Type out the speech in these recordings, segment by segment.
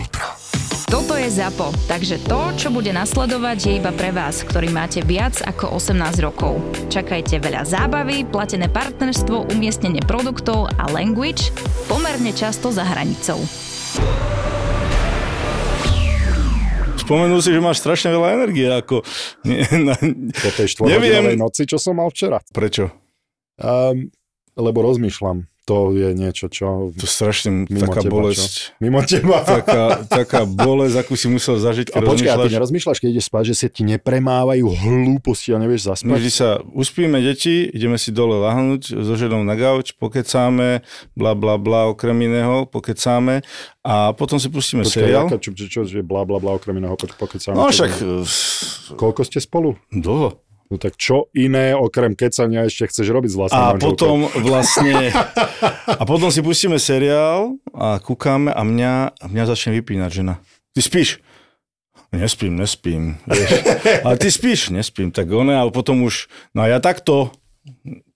Ultra. Toto je ZAPO, takže to, čo bude nasledovať, je iba pre vás, ktorý máte viac ako 18 rokov. Čakajte veľa zábavy, platené partnerstvo, umiestnenie produktov a language pomerne často za hranicou. Spomenul si, že máš strašne veľa energie, ako... Nie, na, po tej Neviem. štvorhodinovej noci, čo som mal včera. prečo? Um, lebo rozmýšľam, to je niečo, čo To strašne mimo taká teba, bolesť. Čo? Mimo teba. Taká, taká bolesť, akú si musel zažiť, keď a počkaj, a ty rozmýšľaš. nerozmýšľaš, keď ideš spať, že si ti nepremávajú hlúposti a nevieš My vždy zaspať? sa uspíme deti, ideme si dole lahnúť so ženou na gauč, pokecáme, bla bla bla, okrem iného, pokecáme a potom si pustíme Počkaj, seriál. aká- čo, čo, čo, že bla bla bla, okrem iného, poď pokecáme. No čo však bude. eh, Koľko ste spolu? dlho. No tak čo iné, okrem kecania, ešte chceš robiť s vlastnou A manželkou? potom vlastne, a potom si pustíme seriál a kúkame a mňa, a mňa začne vypínať žena. Ty spíš? Nespím, nespím. Vieš. A ty spíš? Nespím. Tak ona, ale potom už, no a ja takto,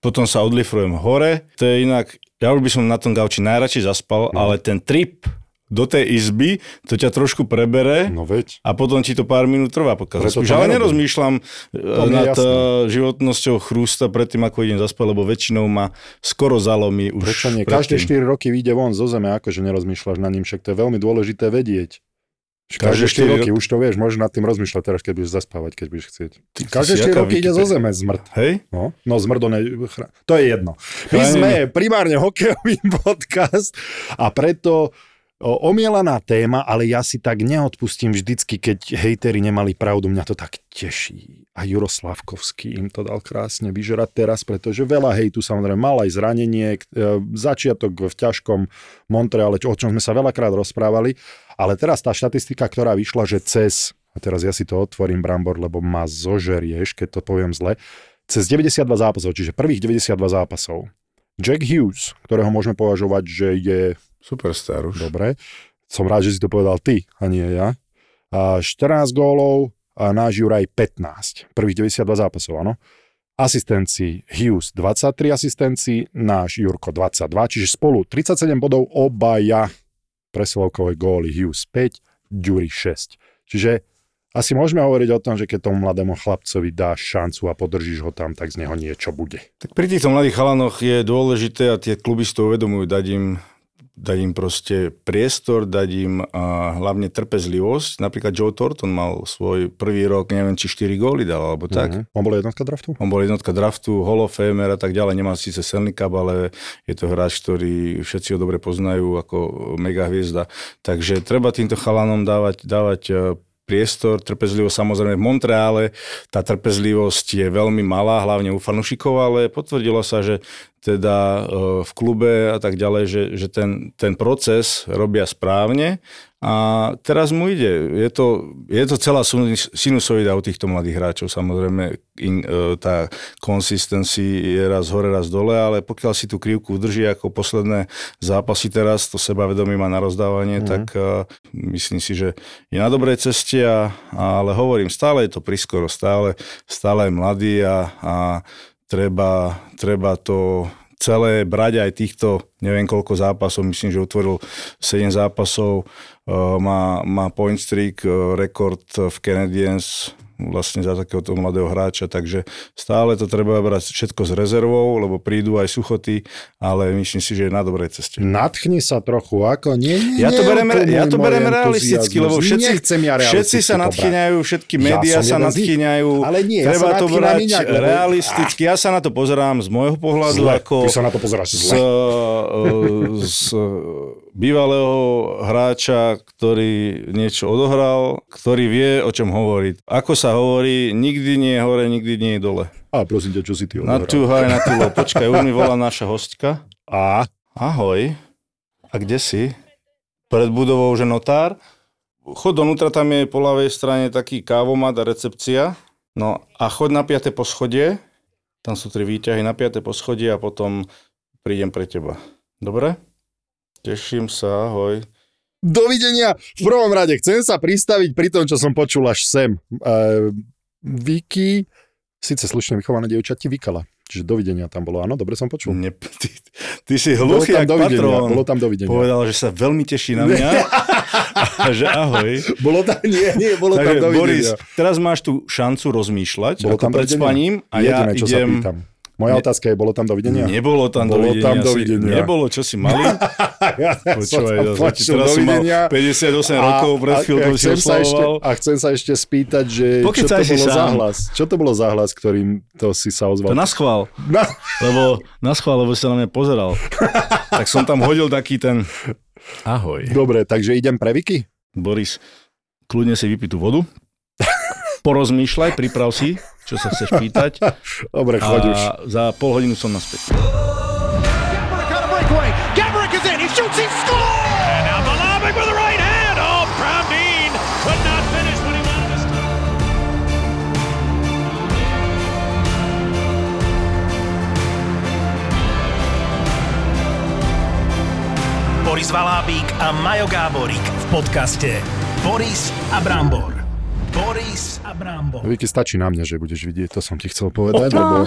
potom sa odlifrujem hore. To je inak, ja už by som na tom gauči najradšej zaspal, ale ten trip do tej izby, to ťa trošku prebere. No veď. A potom ti to pár minút trvá, pokiaľ Preto zaspíš. to Ale nerobím. nerozmýšľam mi je nad jasné. eh, životnosťou chrústa predtým, ako idem zaspať, lebo väčšinou ma skoro zalomí už Prečo nie? Každé predtým. 4 roky vyjde von zo zeme, akože nerozmýšľaš na ním, však to je veľmi dôležité vedieť. Každé Každé 4 štyri roky, už to vieš, môžeš nad tým rozmýšľať teraz, keď budeš zaspávať, keď budeš chcieť. Ty, ty si Každé 4 jaká roky ide zo Wikipedia. zeme zmrt. Hej? No, no zmrdo ne... chra- To je jedno. My Chránime. sme primárne hokejový podcast a preto o, omielaná téma, ale ja si tak neodpustím vždycky, keď hejteri nemali pravdu. Mňa to tak teší. A Juro Slavkovský im to dal krásne vyžerať teraz, pretože veľa hejtu samozrejme mal aj zranenie, k- e, začiatok v ťažkom Montreale, čo- o čom sme sa veľakrát rozprávali. Ale teraz tá štatistika, ktorá vyšla, že cez, a teraz ja si to otvorím, Brambor, lebo ma zožerieš, keď to poviem zle, cez 92 zápasov, čiže prvých 92 zápasov. Jack Hughes, ktorého môžeme považovať, že je Superstar už. dobre, som rád, že si to povedal ty a nie ja, a 14 gólov a náš Juraj 15. Prvých 92 zápasov, áno. Asistencii Hughes 23 asistencií, náš Jurko 22, čiže spolu 37 bodov obaja presilovkové góly Hughes 5, Dury 6. Čiže asi môžeme hovoriť o tom, že keď tomu mladému chlapcovi dáš šancu a podržíš ho tam, tak z neho niečo bude. Tak pri týchto mladých chalanoch je dôležité a tie kluby si to uvedomujú, dať im, dať im proste priestor, dať im a hlavne trpezlivosť. Napríklad Joe Thornton mal svoj prvý rok, neviem, či 4 góly dal, alebo tak. Mhm. On bol jednotka draftu? On bol jednotka draftu, Hall of Famer a tak ďalej. Nemal síce Stanley Cup, ale je to hráč, ktorý všetci ho dobre poznajú ako mega hviezda. Takže treba týmto chalanom dávať, dávať eh, priestor, trpezlivosť samozrejme v Montreále. Tá trpezlivosť je veľmi malá, hlavne u fanúšikov, ale potvrdilo sa, že teda eh, v klube a tak ďalej, že, že ten, ten proces robia správne a teraz mu ide. Je to, je to celá sinu- sinusoida u týchto mladých hráčov. Samozrejme, in, e, tá consistency je raz hore, raz dole, ale pokiaľ si tú krivku udrží ako posledné zápasy teraz, to sebavedomie má na rozdávanie, mm-hmm. tak e, myslím si, že je na dobrej ceste, a, ale hovorím, stále je to priskoro, stále, stále je mladý a, a treba, treba to celé brať aj týchto neviem koľko zápasov, myslím, že utvoril 7 zápasov, e, má, má point streak, e, rekord v Canadiens vlastne za takéhoto mladého hráča, takže stále to treba brať všetko s rezervou, lebo prídu aj suchoty, ale myslím si, že je na dobrej ceste. Natchni sa trochu, ako nie, nie, Ja to nie, berem, utlmuj ja to môj berem entuziasmus. realisticky, lebo všetci, Nechcem ja všetci realisticky sa to brať. natchýňajú, všetky Ja médiá sa som jeden z nich. natchýňajú. Ale nie, ja treba to sa natchýňam brať inak, lebo- realisticky. Ja sa na to pozerám z môjho pohľadu Zle. ako Ty sa na to pozeráš z, zle. e, z bývalého hráča, ktorý niečo odohral, ktorý vie, o čom hovorí. Ako sa hovorí, nikdy nie je hore, nikdy nie je dole. A prosím ťa, čo si ty Na odohral? tú haj, na tú low. Počkaj, už mi volá naša hostka. A Ahoj. A kde si? pred budovou, že notár. Chod donútra, tam je po ľavej strane taký kávomat a recepcia. No a chod na 5. poschodie, tam sú tri výťahy, na 5. poschodie a potom prídem pre teba. Dobre? Teším sa, ahoj. Dovidenia. V prvom rade chcem sa pristaviť pri tom, čo som počul až sem. Uh, Vicky, síce slušne vychované dievča, ti vykala. Čiže dovidenia tam bolo, áno, dobre som počul. Ne, ty, ty si hluchý bolo tam jak dovidenia, patrón. bolo tam dovidenia. Povedal, že sa veľmi teší na mňa a že ahoj. Bolo tam, nie, nie, bolo tam Takže Boris, dovidenia. teraz máš tú šancu rozmýšľať bolo ako pred dovidenia. spaním a ja Jediné, čo sa idem... pýtam. Moja Ne- otázka je, bolo tam dovidenia? Nebolo tam Bolo dovidenia. tam si- dovidenia. Nebolo, čo si mali. ja, som Počúvaj, tam ja, počul teraz som mal dovidenia. 58 rokov, pred a- chvíľkou a si chcem sa ešte, oslavoval. a chcem sa ešte spýtať, že čo to Pokecaj si bolo za sám. hlas? Čo to bolo za hlas, ktorým to si sa To ozval? No, na schvál, Na... lebo na schvál, lebo sa na mňa pozeral. tak som tam hodil taký ten... Ahoj. Dobre, takže idem pre Vicky? Boris, kľudne si vypí tú vodu, porozmýšľaj, priprav si, čo sa chceš pýtať Dobre, choď už. a za pol hodinu som naspäť. Gabrick on a breakaway. Gabrick is in. He shoots. He scores. And now Malabic with the right hand. Oh, Browndean could not finish when he wanted to. Boris Valábík a Majo Gáborík v podcaste Boris a Brambor. Boris a Brambor. Vicky, No stačí na mňa, že budeš vidieť, to som ti chcel povedať, lebo...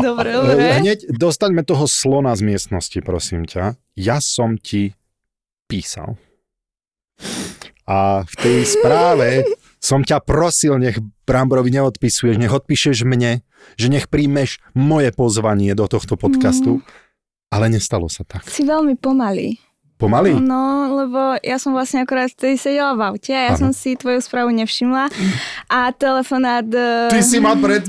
dobre, dobre. Hneď dostaňme toho slona z miestnosti, prosím ťa. Ja som ti písal. A v tej správe som ťa prosil, nech Bramborovi neodpisuješ, nech odpíšeš mne, že nech príjmeš moje pozvanie do tohto podcastu. Ale nestalo sa tak. Si veľmi pomalý. Pomaly? No, lebo ja som vlastne akorát vtedy sedela v aute a ja Áno. som si tvoju správu nevšimla a telefonát... eh, Ty si ma pred...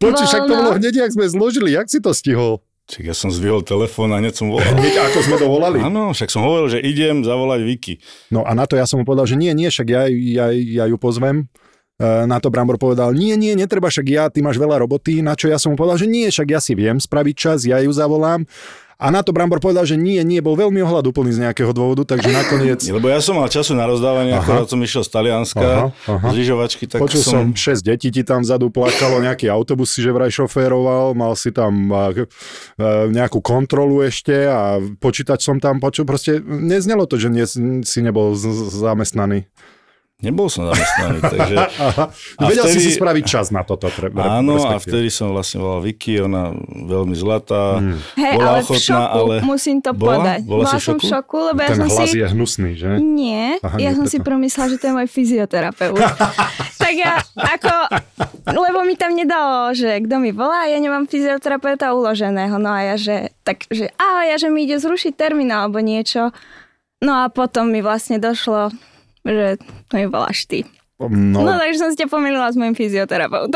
Počuj, však to Voľno. bolo hneď, jak sme zložili. Jak si to stihol? Čiže ja som zvyhol telefón a hneď som volal. Hneď ako sme dovolali. Áno, však som hovoril, že idem zavolať Viki. No a na to ja som mu povedal, že nie, nie, však ja, ja, ja ju pozvem. E, Na to Brambor povedal, nie, nie, netreba, však ja, ty máš veľa roboty, na čo ja som mu povedal, že nie, však ja si viem spraviť čas, ja ju zavolám. A na to Brambor povedal, že nie, nie, bol veľmi ohľadúplný z nejakého dôvodu, takže nakoniec... Lebo ja som mal času na rozdávanie, Aha. akorát som išiel z Talianska, Aha, aha. z lyžovačky, tak Počul som... som, 6 detí ti tam vzadu plakalo, nejaký autobus si že vraj šoféroval, mal si tam a, e, nejakú kontrolu ešte a počítač som tam počul, proste neznelo to, že nie, si nebol z, z- zamestnaný. Nebol som zamestnaný, takže... Aha. A Vedel si vtedy- si spraviť čas na toto. Tre, Áno, a respektíve. vtedy som vlastne volal Vicky, ona veľmi zlatá, Hmm. Hej, bola ale v ochotná, šoku, ale... musím to Bola? povedať. Bola si v som v šoku? šoku, lebo ja Ten som hlas si... je hnusný, že? Nie, Hm. Aha, ja nie, som si preto. promyslela, že to je môj fyzioterapeut. tak ja ako, lebo mi tam nedalo, že kto mi volá, ja nemám fyzioterapeuta uloženého. No a ja že, tak, že ahoj, ja že mi ide zrušiť termín alebo niečo. No a potom mi vlastne došlo, že to mi voláš ty. No, No, no takže som si ťa pomýlila s mojim fyzioterapeutom.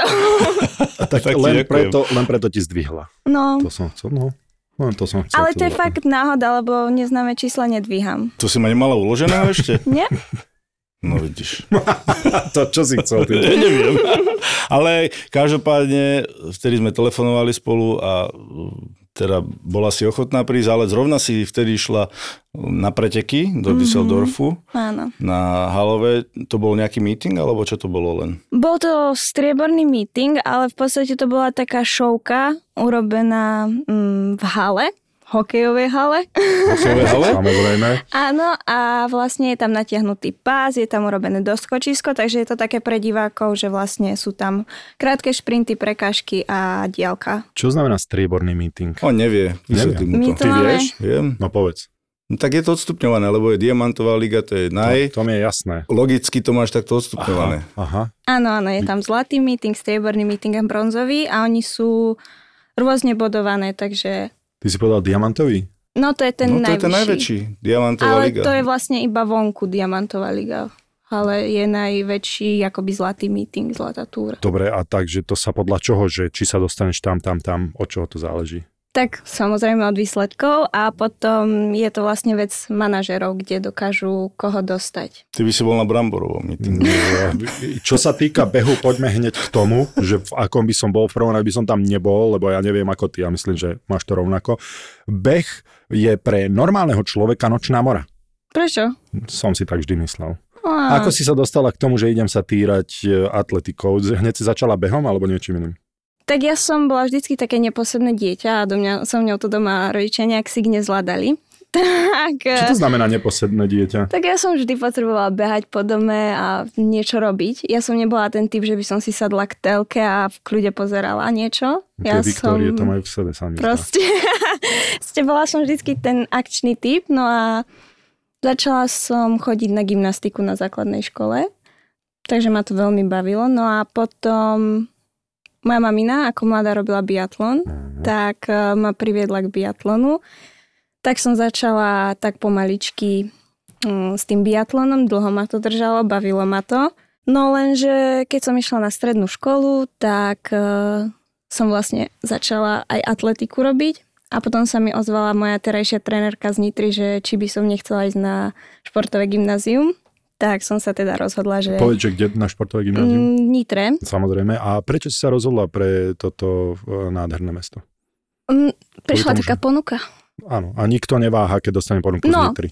tak tak, ti len, ďakujem. preto, len preto ti zdvihla. No, To som chcel, no. Len to som chcel. ale to je povedať. fakt náhoda, lebo neznáme čísla nedvíham. To si ma nemala uložená ešte? Nie? No vidíš. To, čo si chcel ty? Ja neviem. Ale každopádne, vtedy sme telefonovali spolu a mm, teda bola si ochotná prísť, ale zrovna si vtedy išla uh, na preteky Mhm. do Düsseldorfu Áno. na Halove. To bol nejaký meeting, alebo čo to bolo len? Bol to strieborný meeting, ale v podstate to bola taká šovka urobená mm, v hale, hokejovej hale. Hokejové hale? Samozrejme. Áno, a vlastne je tam natiahnutý pás, je tam urobené doskočisko, takže je to také pre divákov, že vlastne sú tam krátke šprinty, prekážky a diálka. Čo znamená strieborný meeting? On nevie. Vysvetlím My mu to to. máme, vieš? Viem. No povedz. No, tak je to odstupňované, lebo je Diamantová liga, to je naj. No, To mi je jasné. Logicky to máš takto odstupňované. Aha. áno, áno, je tam zlatý meeting, strieborný meeting a bronzový a oni sú rôzne bodované, takže... Ty si povedal diamantový? No to je ten no to najvyšší. je ten najväčší, Diamantová Ale liga. to je vlastne iba vonku Diamantová liga. Ale je najväčší akoby zlatý meeting, zlatá túra. Dobre, a takže to sa podľa čoho, že či sa dostaneš tam, tam, tam, od čoho to záleží? Tak samozrejme od výsledkov a potom je to vlastne vec manažerov, kde dokážu koho dostať. Ty by si bol na Bramborovom meetingu. Čo sa týka behu, poďme hneď k tomu, že v akom by som bol, v prvom rade by som tam nebol, lebo ja neviem ako ty, ja myslím, že máš to rovnako. Beh je pre normálneho človeka nočná mora. Prečo? No Som si tak vždy myslel. Á, A ako si sa dostala k tomu, že idem sa týrať e, atletikou? Z- Hneď si začala behom alebo niečím iným? Tak ja som bola vždycky také neposledné dieťa a do mňa, so mňou to doma rodičia nejak si nezvládali. Tak, Čo to znamená neposedné dieťa? tak ja som vždy potrebovala behať po dome a niečo robiť. Ja som nebola ten typ, že by som si sadla k telke a v kľude pozerala niečo. Tie ja Viktórie to majú v sebe sami. Proste, ste bola som vždycky ten akčný typ, no a začala som chodiť na gymnastiku na základnej škole, takže ma to veľmi bavilo. No a potom moja mamina ako mladá robila biatlon, tak eh, ma priviedla k biatlonu. Tak som začala tak pomaličky mm, s tým biatlonom, dlho ma to držalo, bavilo ma to. No lenže keď som išla na strednú školu, tak eh, som vlastne začala aj atletiku robiť a potom sa mi ozvala moja terajšia trénerka z Nitry, že či by som nechcela ísť na športové gymnázium, tak som sa teda rozhodla, že Povedz, že kde na športové gymnázium? mm, Nitre. Samozrejme. A prečo si sa rozhodla pre toto e, nádherné mesto? Mm, prišla tomu, taká že- ponuka. Áno. A nikto neváha, keď dostane ponuku No. z Nitry.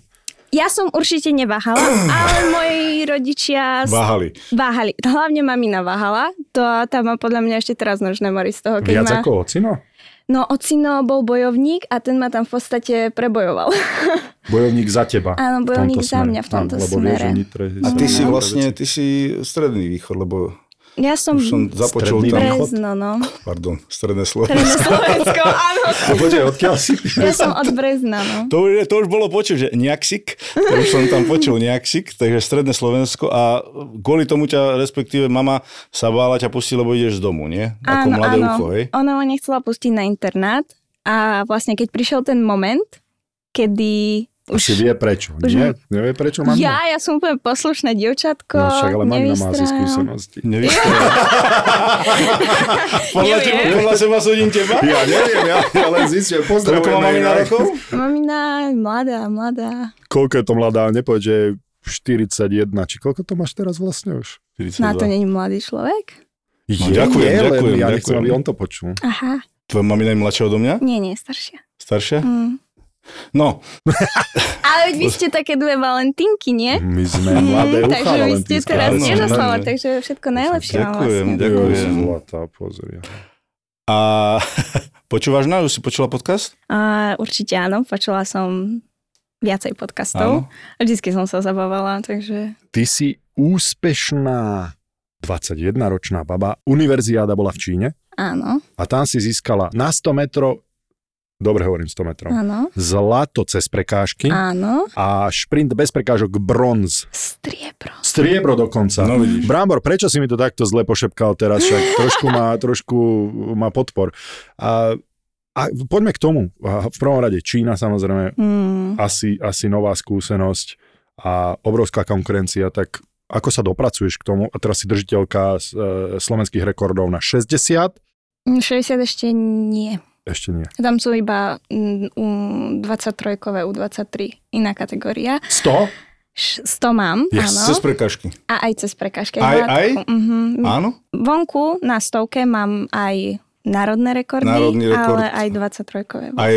Ja som určite neváhala, ale moji rodičia s- Váhali. váhali. Hlavne mamina váhala, to tá má podľa mňa ešte teraz nožné mori z toho, keď Viac má... ako ocino? No, ocino bol bojovník a ten ma tam v podstate prebojoval. Bojovník za teba. Áno, v tomto bojovník za smere. mňa v tomto Áno, lebo vieš, že smere. No, Nitre je A ty si samozrejme vlastne, veci. ty si stredný východ, lebo Ja som... už som započul Stredný tam, východ. Brezno, no. pardon, stredné slovo. Pre Slovensko, áno. A Počkaj, odkiaľ si? Ja som od Brezna, no. To už, je- to už bolo počuť, že nejaksik, to už som tam počul nejaksik, takže stredné Slovensko a kvôli tomu ťa, respektíve mama sa bála ťa pustiť, lebo ideš z domu, nie? Ako mladé ucho, hej? Ona ma nechcela pustiť na internát a vlastne keď prišiel ten moment, kedy už... Už vie prečo. Už- Nie? Nevie prečo mám? ja, ja som úplne poslušné dievčatko, No však, ale mamina má asi nevystrajam. skúsenosti. Nevíš to? podľa, Neviem. teba, podľa seba súdim teba? Ja neviem, ja, ja len zistím. Pozdravujem. Koľko má mamina jej. rokov? Mamina, mladá, mladá. Koľko je to mladá? Nepovedz, že je 41. Či koľko to máš teraz vlastne už? Na to není mladý človek? No, Je, ďakujem, nie, len ďakujem, Ja nechcem, ďakujem. aby on to počul. Aha, Tvoja mamina je mladšia odo mňa? nie, nie, staršia. Staršia? Mm. No, Ale veď vy ste také dve valentinky, Mhm. nie? My sme Mm, mladé takže ucha, vy ste teraz valentínska. tak, áno, tiež zaslala, áno. takže všetko najlepšie vám Ďakujem, vlastne. Jo, Ďakujem. Zlatá, pozri. a počúvaš nás? Už si počula podcast? A určite áno, počula som viacej podcastov. A vždycky som sa zabávala, takže... Ty si úspešná 21-ročná baba. Univerziáda bola v Číne Áno, a tam si získala na 100 metrov, dobre hovorím No. 100 metrov, áno, zlato cez prekážky áno. a šprint bez prekážok bronz. Striebro. Striebro dokonca. No vidíš. Brámbor, prečo si mi to takto zle pošepkal teraz? Však trošku má, trošku má podpor. A, a poďme k tomu. A v prvom rade Čína samozrejme, Mm. asi, asi nová skúsenosť a obrovská konkurencia, tak ako sa dopracuješ k tomu? A teraz si držiteľka s- e, slovenských rekordov na 60? 60 ešte nie. Ešte nie. Tam sú iba mm, u- 23-kové, U23, iná kategória. 100? Š- 100 mám, Yes, áno. Cez prekažky. A aj cez prekážky. Aj, Bola- aj? Mhm. Áno? Vonku na stovke mám aj národné rekordy, Národný rekord. ale aj 23-kové. Aj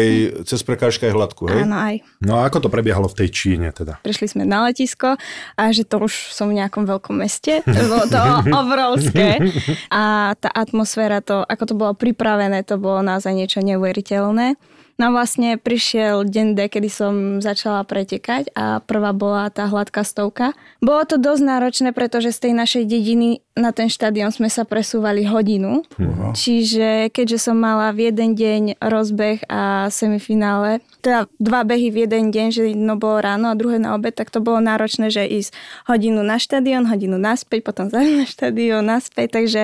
cez prekážky aj hladku, hej? Áno, aj. No a ako to prebiehalo v tej Číne teda? prišli sme na letisko a že to už som v nejakom veľkom meste. To bolo to obrovské. A tá atmosféra, to, ako to bolo pripravené, to bolo naozaj niečo neuveriteľné. No a vlastne prišiel deň D, kedy som začala pretekať a prvá bola tá hladká stovka. Bolo to dosť náročné, pretože z tej našej dediny na ten štadión sme sa presúvali hodinu. Hm. Čiže keďže som mala v jeden deň rozbeh a semifinále, teda dva behy v jeden deň, že jedno bolo ráno a druhé na obed, tak to bolo náročné, že ísť hodinu na štadión, hodinu naspäť, potom zase na štadión, naspäť, takže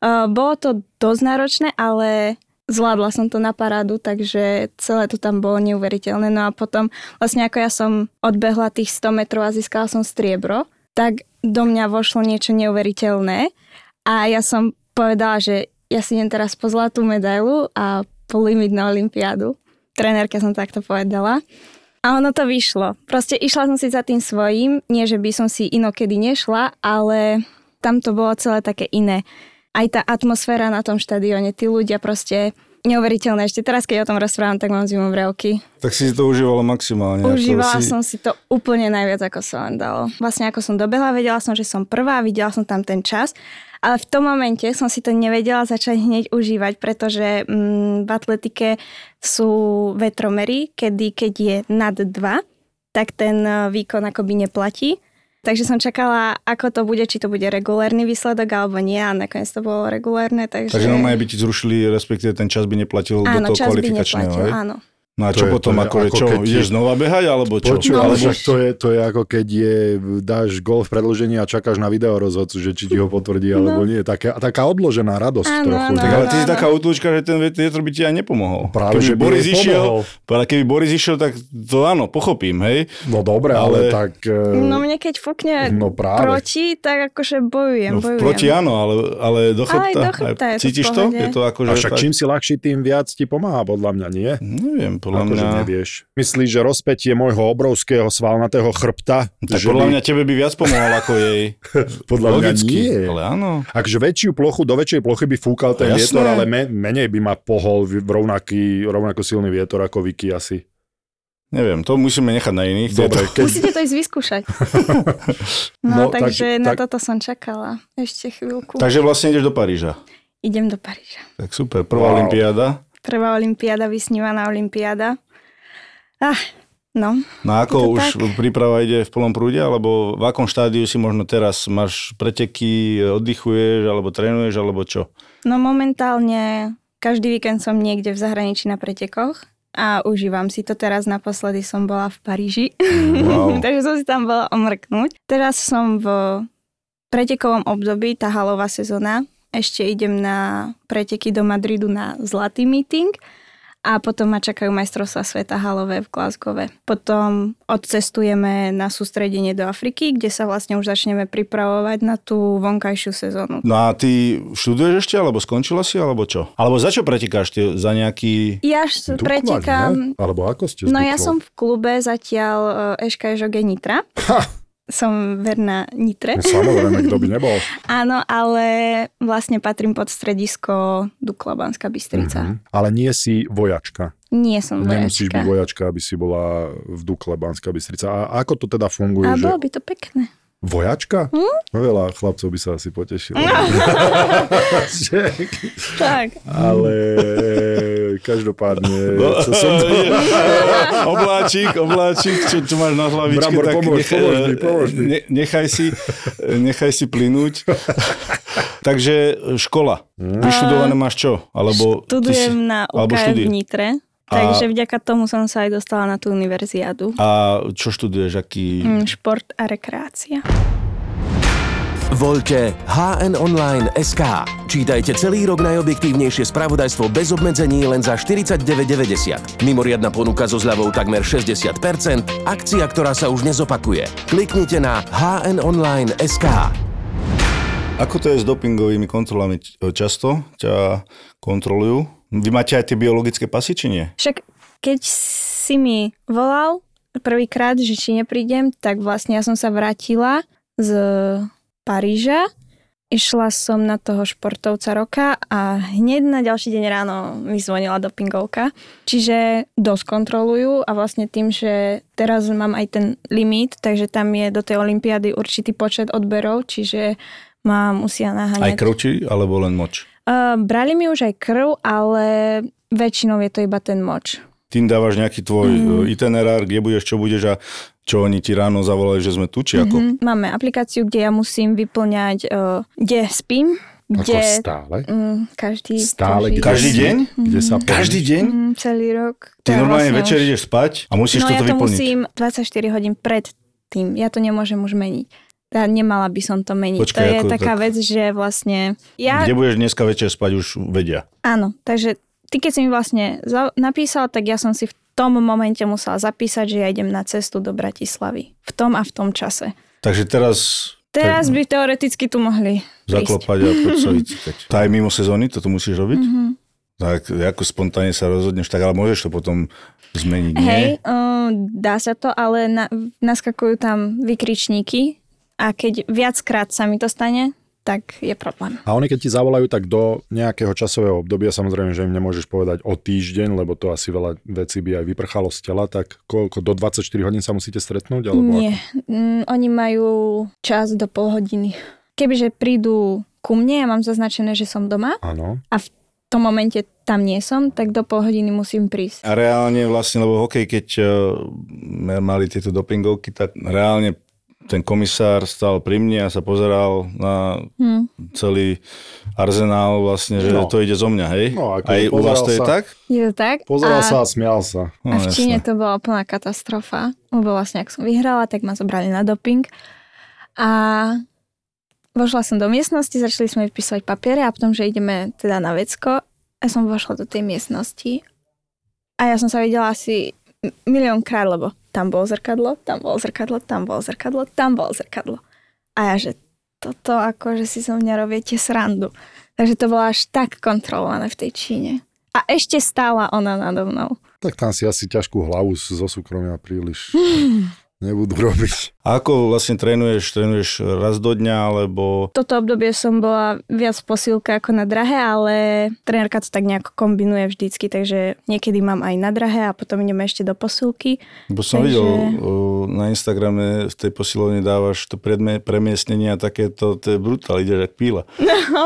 uh, bolo to dosť náročné, ale zvládla som to na parádu, takže celé to tam bolo neuveriteľné. No a potom vlastne ako ja som odbehla tých 100 metrov a získala som striebro, tak do mňa vošlo niečo neuveriteľné a ja som povedala, že ja si idem teraz po zlatú medailu a po limit na Olympiádu. Trenérke som takto povedala. A ono to vyšlo. Proste išla som si za tým svojím, nie že by som si inokedy nešla, ale tam to bolo celé také iné. Aj tá atmosféra na tom štadióne, tí ľudia proste neuveriteľné. Ešte teraz, keď o tom rozprávam, tak mám zimom vrevky. Tak si to užívala maximálne. ako Užívala si... som si to úplne najviac, ako sa len dalo. Vlastne ako som dobehla, vedela som, že som prvá, videla som tam ten čas, ale v tom momente som si to nevedela začať hneď užívať, pretože mm, v atletike sú vetromery, kedy keď je nad 2, tak ten e, výkon akoby neplatí. Takže som čakala, ako to bude, či to bude regulárny výsledok alebo nie a nakoniec to bolo regulárne. Takže, Takže normálne by ti zrušili, respektíve ten čas by neplatil do áno, toho čas by kvalifikačného. neplatil, hej? áno. No a To čo je- potom, to je ako, ako čo, keď ti- ideš znova behať, alebo čo? Počuj, No, ale už- však to je, to je ako keď je, dáš gol v predložení a čakáš na video rozhodcu, že či ti ho potvrdí alebo nie. Taká, taká odložená radosť No. Áno, trochu. áno. Tak ale ty si áno. taká útlučka, že ten vetr by ti aj nepomohol. Práve, že by jej pomohol. išiel, ale keby Boris išiel, tak to áno, pochopím, hej. No dobre, Ale- ale, tak... e, No mne keď fúkne No práve. proti, tak akože bojujem, No, v bojujem. proti áno, ale, ale Ale do aj chrbta. do chrbta je to v Cítiš to? pohode. Je to ako, že A však tak- čím si ľahší, tým viac ti pomáha, podľa mňa, nie? Neviem, podľa Akože mňa... nevieš. Myslíš, že rozpätie môjho obrovského svalnatého chrbta? Tak že podľa by- mňa tebe by viac pomohol ako jej. podľa mňa Logicky, nie. ale áno. Akže väčšiu plochu, do väčšej plochy by fúkal ten Jasné. vietor, ale me, menej by ma pohol v- rovnaký, rovnako silný vietor ako Vicky asi. Neviem, to musíme nechať na iných. tieto- Dobre, keď... Musíte to ísť vyskúšať. No, No, takže takže- na tak- toto som čakala. Ešte chvíľku. Takže vlastne ideš do Paríža. Idem do Paríža. Tak super, prvá Wow. olympiáda. Prvá olimpiáda, vysnívaná olimpiáda. Ah, no. No a Je to ako už tak. príprava ide v plnom prúde, alebo v akom štádiu si možno teraz máš preteky, oddychuješ, alebo trénuješ, alebo čo? No momentálne každý víkend som niekde v zahraničí na pretekoch a užívam si to. Teraz naposledy som bola v Paríži, Wow. takže som si tam bola omrknúť. Teraz som v pretekovom období, tá halová sezóna. Ešte idem na preteky do Madridu na zlatý meeting a potom ma čakajú majstrovstvá sveta halové v Glasgowe. Potom odcestujeme na sústredenie do Afriky, kde sa vlastne už začneme pripravovať na tú vonkajšiu sezónu. No a ty študuješ ešte, alebo skončila si, alebo čo? Alebo za čo pretekáš? Ty, za nejaký... Ja š- Dukla, pretekám... nie? Alebo ako ste s No ja Duklou? som v klube zatiaľ e, Eška Joge Nitra. Ha! Som verná Nitre. No, samozrejme, kto by nebol. Áno, ale vlastne patrím pod stredisko Dukla Banská Bystrica. Mhm. Ale nie si vojačka. Nie som Nemusíš byť vojačka. vojačka, aby si bola v Dukle Banská Bystrica. A ako to teda funguje? A že... bolo by to pekné. Vojačka? Hm? Veľa chlapcov by sa asi potešilo. Že- Tak. Ale každopádne, No, čo som to... obláčik, obláčik, čo, čo máš na hlavičke, Brambor, tak pomôž, nechaj, pomôž mi, pomôž mi. Ne, nechaj, si, nechaj si plynúť. Takže eh, škola. Vyštudované máš čo? Alebo ty Študujem si- na UK alebo v štúdie. Nitre. Takže vďaka tomu som sa aj dostala na tú univerziádu. A čo študuješ? Aký... Mm, Šport a rekreácia. Voľte HN Online SK. Čítajte celý rok najobjektívnejšie spravodajstvo bez obmedzení len za 49,90. Mimoriadna ponuka so zľavou takmer 60%, akcia, ktorá sa už nezopakuje. Kliknite na HN Online SK. Ako to je s dopingovými kontrolami? Č- eh, Často ťa kontrolujú? Vy máte aj tie biologické pasy, či nie? Však keď si mi volal prvýkrát, že či neprídem, tak vlastne ja som sa vrátila z Paríža. Išla som na toho športovca roka a hneď na ďalší deň ráno mi zvonila dopingovka. Čiže dosť kontrolujú a vlastne tým, že teraz mám aj ten limit, takže tam je do tej olympiády určitý počet odberov, čiže ma musia Aj naháňať. krv, či, alebo len moč? Uh, brali mi už aj krv, ale väčšinou je to iba ten moč. Tým dávaš nejaký tvoj Mhm. mm. itinerár, kde budeš, čo budeš a čo oni ti ráno zavolali, že sme tu, či ako? Mm, Máme aplikáciu, kde ja musím vyplňať, eh, kde spím, Ako kde stále? mm, každý, Stále. kde Každý si- Mhm. deň? Kde sa Každý deň? Mm, celý rok. To je Ty normálne vlastne večer už- ideš spať a musíš No ja toto to vyplniť. musím 24 hodín pred tým. Ja to nemôžem už meniť. Ja nemala by som to meniť. Počkaj, to je ako- taká tak- vec, že vlastne... Ja, Kde budeš dneska večer spať, už vedia. Áno, takže ty keď si mi vlastne za- napísal, tak ja som si v tom momente musela zapísať, že ja idem na cestu do Bratislavy. V tom a v tom čase. Takže teraz Teraz by teoreticky tu mohli prísť. zaklopať a poď sa vycikať. To aj mimo sezóny toto musíš robiť? Mhm. Mm-hmm. Tak ako spontánne sa rozhodneš, tak ale môžeš to potom zmeniť, nie? Hej, uh, dá sa to, ale na, naskakujú tam vykričníky a keď viackrát sa mi to stane, tak je problém. A oni keď ti zavolajú, tak do nejakého časového obdobia, samozrejme, že im nemôžeš povedať o týždeň, lebo to asi veľa vecí by aj vyprchalo z tela, tak koľko, do 24 hodín sa musíte stretnúť? Alebo ako? Nie, mm, oni majú čas do pol hodiny. Kebyže prídu ku mne, ja mám zaznačené, že som doma Áno. a v tom momente tam nie som, tak do pol hodiny musím prísť. A reálne vlastne, lebo hokej, keď eh, mali tieto dopingovky, tak reálne ten komisár stal pri mne a sa pozeral na Hm. celý arzenál vlastne, že No. to ide zo mňa, hej? No, ako Aj u vás to pozeral je sa. tak? Je to tak? a, Pozeral sa a smial sa. No, a v Číne jasné. to bola plná katastrofa, lebo vlastne ak som vyhrala, tak ma zobrali na doping. A vošla som do miestnosti, začali sme vypisovať papiere a potom, že ideme teda na vecko, ja som vošla do tej miestnosti a ja som sa videla asi m- miliónkrát, lebo tam bolo zrkadlo, tam bolo zrkadlo, tam bolo zrkadlo, tam bolo zrkadlo. A ja, že toto ako, že si zo mňa robíte srandu. Takže to bolo až tak kontrolované v tej Číne. A ešte stála ona nado mnou. Tak tam si asi ťažkú hlavu zo súkromia príliš nebudú robiť. A ako vlastne trénuješ? Trénuješ raz do dňa, alebo toto obdobie som bola viac v posilke ako na drahé, ale trénerka to tak nejako kombinuje vždycky, takže niekedy mám aj na drahé a potom ideme ešte do posilky. Bo som Takže- videl uh, na Instagrame v tej posilovni dávaš to predme, premiestnenie a takéto, to je brutál, ideš jak píla.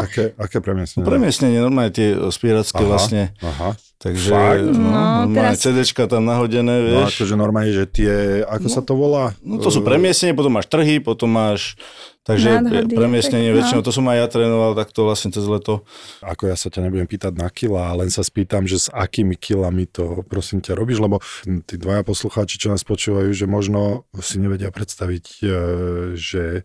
Aké, aké premiesnenie? No premiestnenie, normálne tie spieracké Aha, vlastne. Aha. Takže Fakt? no, No, normálne teraz- CDčka tam nahodené, No vieš. akože normálne, že tie, ako sa to volá? No to sú Eh, premiestnenie, potom máš trhy, potom máš... Takže Nádhody, tak- premiestnenie no. väčšinou, to som aj ja trénoval takto vlastne cez leto. Eh, Ako ja sa ťa nebudem pýtať na kila, len sa spýtam, že s akými kilami to prosím ťa robíš, lebo hm, tí dvaja poslucháči, čo nás počúvajú, že možno si nevedia predstaviť, eh, že,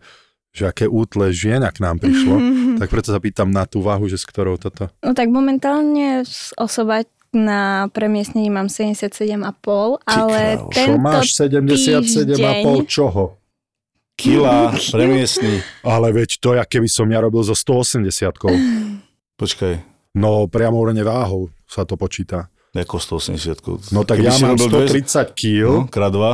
že aké útle žiena k nám prišlo, tak preto sa pýtam na tú váhu, že s ktorou toto. No tak momentálne s- osoba na premiestnení mám 77,5, ale kráľo, čo tento čo máš 77,5 týždeň, čoho? Kila, premiestný. Ale veď to, ja keby som ja robil so 180 Počkaj, No priamo len váhou sa to počíta. ako 180 No tak Keby ja si mám robil dve- 130 kg. No, krát dva.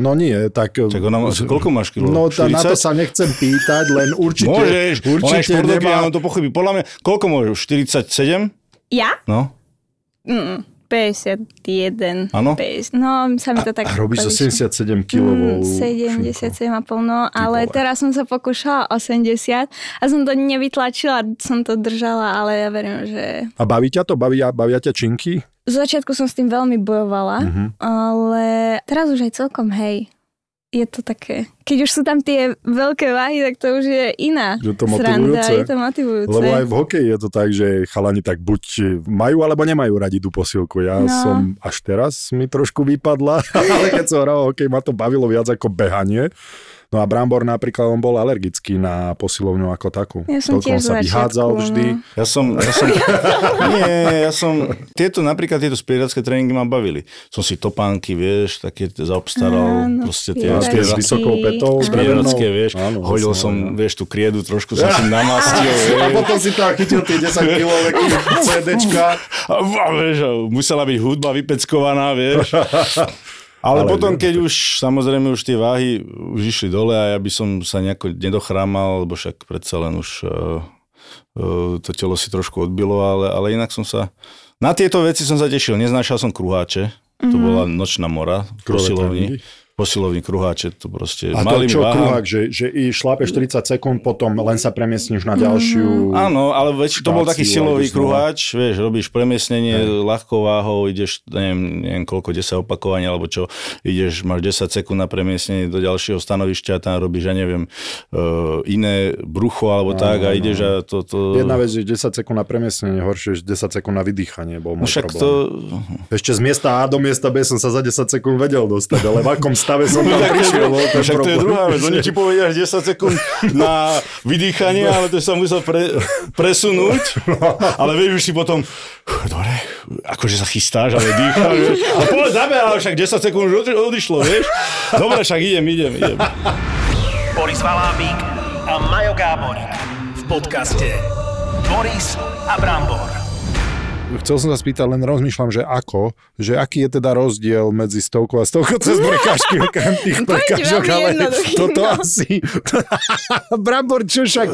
No nie, tak... Čak ona, má- koľko máš kilo? No tá, na to 40? sa nechcem pýtať, len určite... Môžeš, ona je určite športovka, nemá... on to pochopí. Podľa mňa, koľko môžeš? 47? Ja? No, Mm, 51. Áno. 50. No, sa mi to tak... A robíš so palične. Mm, 77 kilovou 77,5, no, ale vole. teraz som sa pokúšala 80 a som to nevytlačila, som to držala, ale ja verím, že... A baví ťa to? Bavia, bavia ťa činky? Z začiatku som s tým veľmi bojovala, Mhm. ale teraz už aj celkom hej. Je to také, keď už sú tam tie veľké váhy, tak to už je iná Je to sranda, motivujúce. je to motivujúce. Lebo aj v hokeji je to tak, že chalani tak buď eh, majú alebo nemajú radi tú posilku. Ja No. no. som až teraz mi trošku vypadla, ale keď som hral hokej, ma to bavilo viac ako behanie. No a Brambor napríklad, on bol alergický na posilovňu ako takú. Ja som Toľko tiež v on sa začiatku, vyhádzal vždy. no. ja som, ja som, nie, ja som, tieto, napríklad tieto spieracké tréningy ma bavili. Som si topánky, vieš, také t- zaobstaral, Áno, proste tie spieracké. A tie s spieracké, vysokou petou. s spieracké drevenou. vieš, Áno, hodil jasné, som, áno. vieš, tú kriedu, trošku som si namastil, A vieš. potom si tam chytil tie 10 kilové CDčka. A, a vieš, a musela byť hudba vypeckovaná, vieš. Ale, Ale potom, nie, keď už, samozrejme, už tie váhy už išli dole a ja by som sa nejako nedochrámal, lebo však predsa len už uh, uh, to telo si trošku odbilo, ale, ale inak som sa... Na tieto veci som sa tešil. Neznášal som kruháče. To bola nočná mora v Krúhové posilovni. tréningy? Posilovni kruháče, to proste... A to malými čo, váhami- kruhák, že, že i šlapeš 40 sekúnd, potom len sa premiestniš na Mm, ďalšiu... Áno, ale väč- to bol taký štáciu, silový alebo kruháč, vieš, robíš premiesnenie ľahkou váhou, ideš, neviem, neviem koľko, 10 opakovaní, alebo čo, ideš, máš 10 sekúnd na premiesnenie do ďalšieho stanovišťa, tam robíš, ja neviem, e, iné brucho, alebo tak, a ideš a to... to... Jedna vec je 10 sekúnd na premiestnenie, horšie je 10 sekúnd na vydýchanie, bol No môj však problém. to... Ešte z miesta A do miesta B som sa za 10 sekúnd vedel dostať, ale v akom stave som tam No Tak prišiel, bol ten však to je problém. druhá vec, oni ti povedia až 10 sekúnd na vydýchanie, No. ale to sa musel pre, presunúť, ale vieš už si potom, "Uf, dobre, akože sa chystáš, ale dýcháš, vieš. a povedz, zabehal, však 10 sekúnd už odi- odišlo, vieš, dobre, však idem, idem, idem. Boris Valábík a Majo Gáborík. V podcaste Boris a Brambor. chcel som sa spýtať, len rozmýšľam, že ako, že aký je teda rozdiel medzi stovkou a stovkou cez prekážky okrem tých Poď prekážok, veľmi ale jednoduchý, toto no. asi... Brambor, čo však...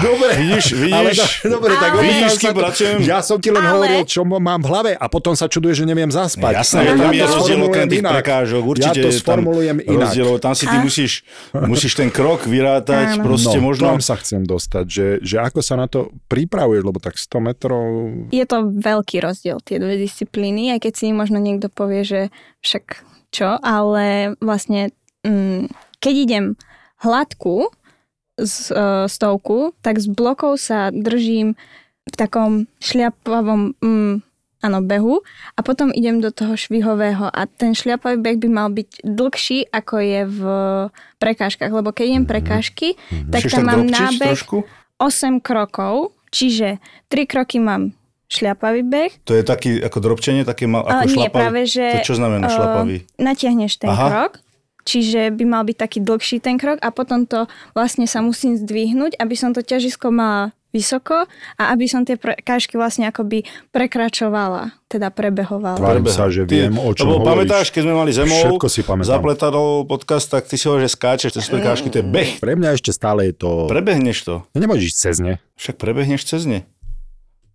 Dobre, Vidíš, ale vidíš, do, dobre, tak Ale- opýtam vidíš, sa- kým pracujem? Ja som ti len Ale- hovoril, čo mám v hlave a potom sa čuduje, že neviem zaspať. Jasné, Ale ja tam je ja to rozdiel okrem sformulujem tých inak. prekážok. Určite ja to je tam sformulujem inak. rozdiel, lebo tam si ty musíš, musíš ten krok vyrátať, Áno. proste no, možno... tam sa chcem dostať, že, že ako sa na to pripravuješ, lebo tak 100 metrov... Je to veľký rozdiel, tie dve disciplíny, aj keď si možno niekto povie, že však čo, ale vlastne mm, keď idem hladku z e, stovku, tak z blokov sa držím v takom šľapavom mm, áno, behu a potom idem do toho švihového a ten šľapavý beh by mal byť dlhší, ako je v prekážkach, lebo keď idem prekážky, tak Mhm. Musíš tam tak mám dopčiť nábeh trošku? 8 krokov, čiže 3 kroky mám šľapavý beh, To je taký ako drobčenie, také mal, ako ale nie šlapavý. práve, že... To čo znamená eh, šlapavý? Natiahneš ten Aha. krok, čiže by mal byť taký dlhší ten krok a potom to vlastne sa musím zdvihnúť, aby som to ťažisko mala vysoko a aby som tie prekážky vlastne akoby prekračovala, teda prebehovala. Tvár- Tvárím sa, že viem, o čom lebo hovoríš. pamätáš, keď sme mali zemou, Všetko si pamätám. zapletadol podcast, tak ty si hovoril, že skáčeš, to sú prekážky, to je beh. Pre mňa ešte stále je to... Prebehneš to. Nemôžeš ísť cez ne. Však prebehneš cez ne.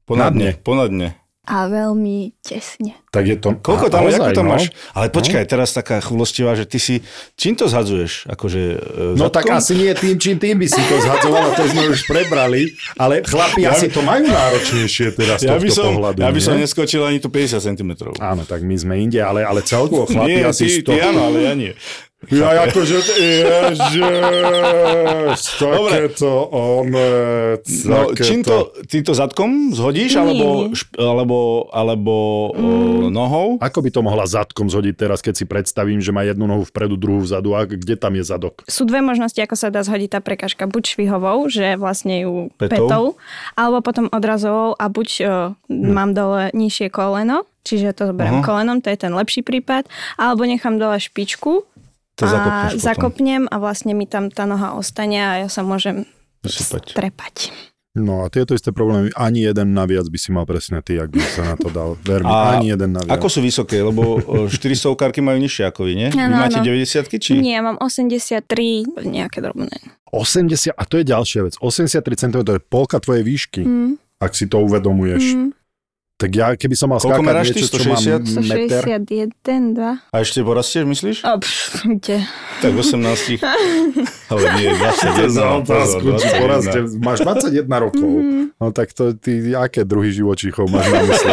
Ponadne, Na ponadne. A veľmi tesne. Tak je to... Koľko tam, naozaj, ako tam no? máš? Ale počkaj, teraz taká chulostivá, že ty si, čím to zhadzuješ? Akože e, No zadkom? tak asi nie tým, čím tým by si to zhadzovala, to sme už prebrali, ale chlapi asi to majú náročnejšie teraz z ja by tohto som, pohľadu. ja by som nie? neskočil ani tu 50 cm. Áno, tak my sme inde, ale, ale celkovo chlapi Nie, asi ty, ty áno, ale ja nie. Ja akože, ježiš, takéto on, No, čím to, ty to zadkom zhodíš, Nie. alebo, šp- alebo, alebo mm. nohou? Ako by to mohla zadkom zhodiť teraz, keď si predstavím, že má jednu nohu vpredu, druhú vzadu a kde tam je zadok? Sú dve možnosti, ako sa dá zhodiť tá prekážka. Buď švihovou, že vlastne ju Petou. petou, alebo potom odrazovou a buď o, mám dole nižšie koleno, čiže to zoberiem Aha. kolenom, to je ten lepší prípad, alebo nechám dole špičku To a zakopneš potom. zakopnem a vlastne mi tam tá noha ostane a ja sa môžem Sypať. trepať. No a tieto isté problémy, ani jeden naviac by si mal presne ty, ak by sa na to dal. Ver mi, A ani jeden naviac. Ako sú vysoké? Lebo 400 karky majú nižšie ako vy, nie? Vy Áno, máte áno. 90 či? Nie, mám 83 nejaké drobné. 80, a to je ďalšia vec, 83 cm, to je polka tvojej výšky, mm. ak si to uvedomuješ. Mm. Tak ja, keby som mal Koľko skákať meráš ty? niečo, čo mám 160? meter, 161, 2. A ešte porastieš, myslíš? O, pff, kde? Tak 18. Ale nie, 21. to je za pozor, otázku, či 21. porastie. Máš 21 rokov. No tak to ty, aké druhy živočíchov máš na mysli,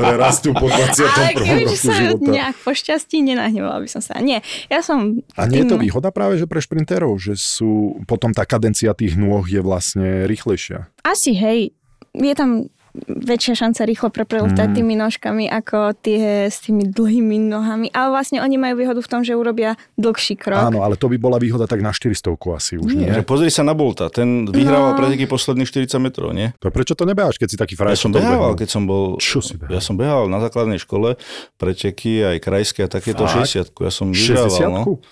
ktoré rastú po Ale 21. kebyže roku sa života. nejak pošťastí, nenahnevala by som sa. Nie, ja som... A nie je to tým- výhoda práve, že pre šprinterov, že sú, potom tá kadencia tých nôh je vlastne rýchlejšia. Asi, hej, je tam väčšia šanca rýchlo prepreltať mm. tými nožkami ako tie s tými dlhými nohami. Ale vlastne oni majú výhodu v tom, že urobia dlhší krok. Áno, ale to by bola výhoda tak na 400 asi už, nie? Nie, že pozri sa na Bolta, ten vyhrával no. preteky posledných 40 metrov, nie? To je prečo to nebeháš, keď si Ja taký frajer? som čo to behával, odbehnú? keď som bol... Čo si behal? Ja som behal na základnej škole preteky aj krajské a takéto Fakt? 60 Ja som vyhrával, no. 60 Ja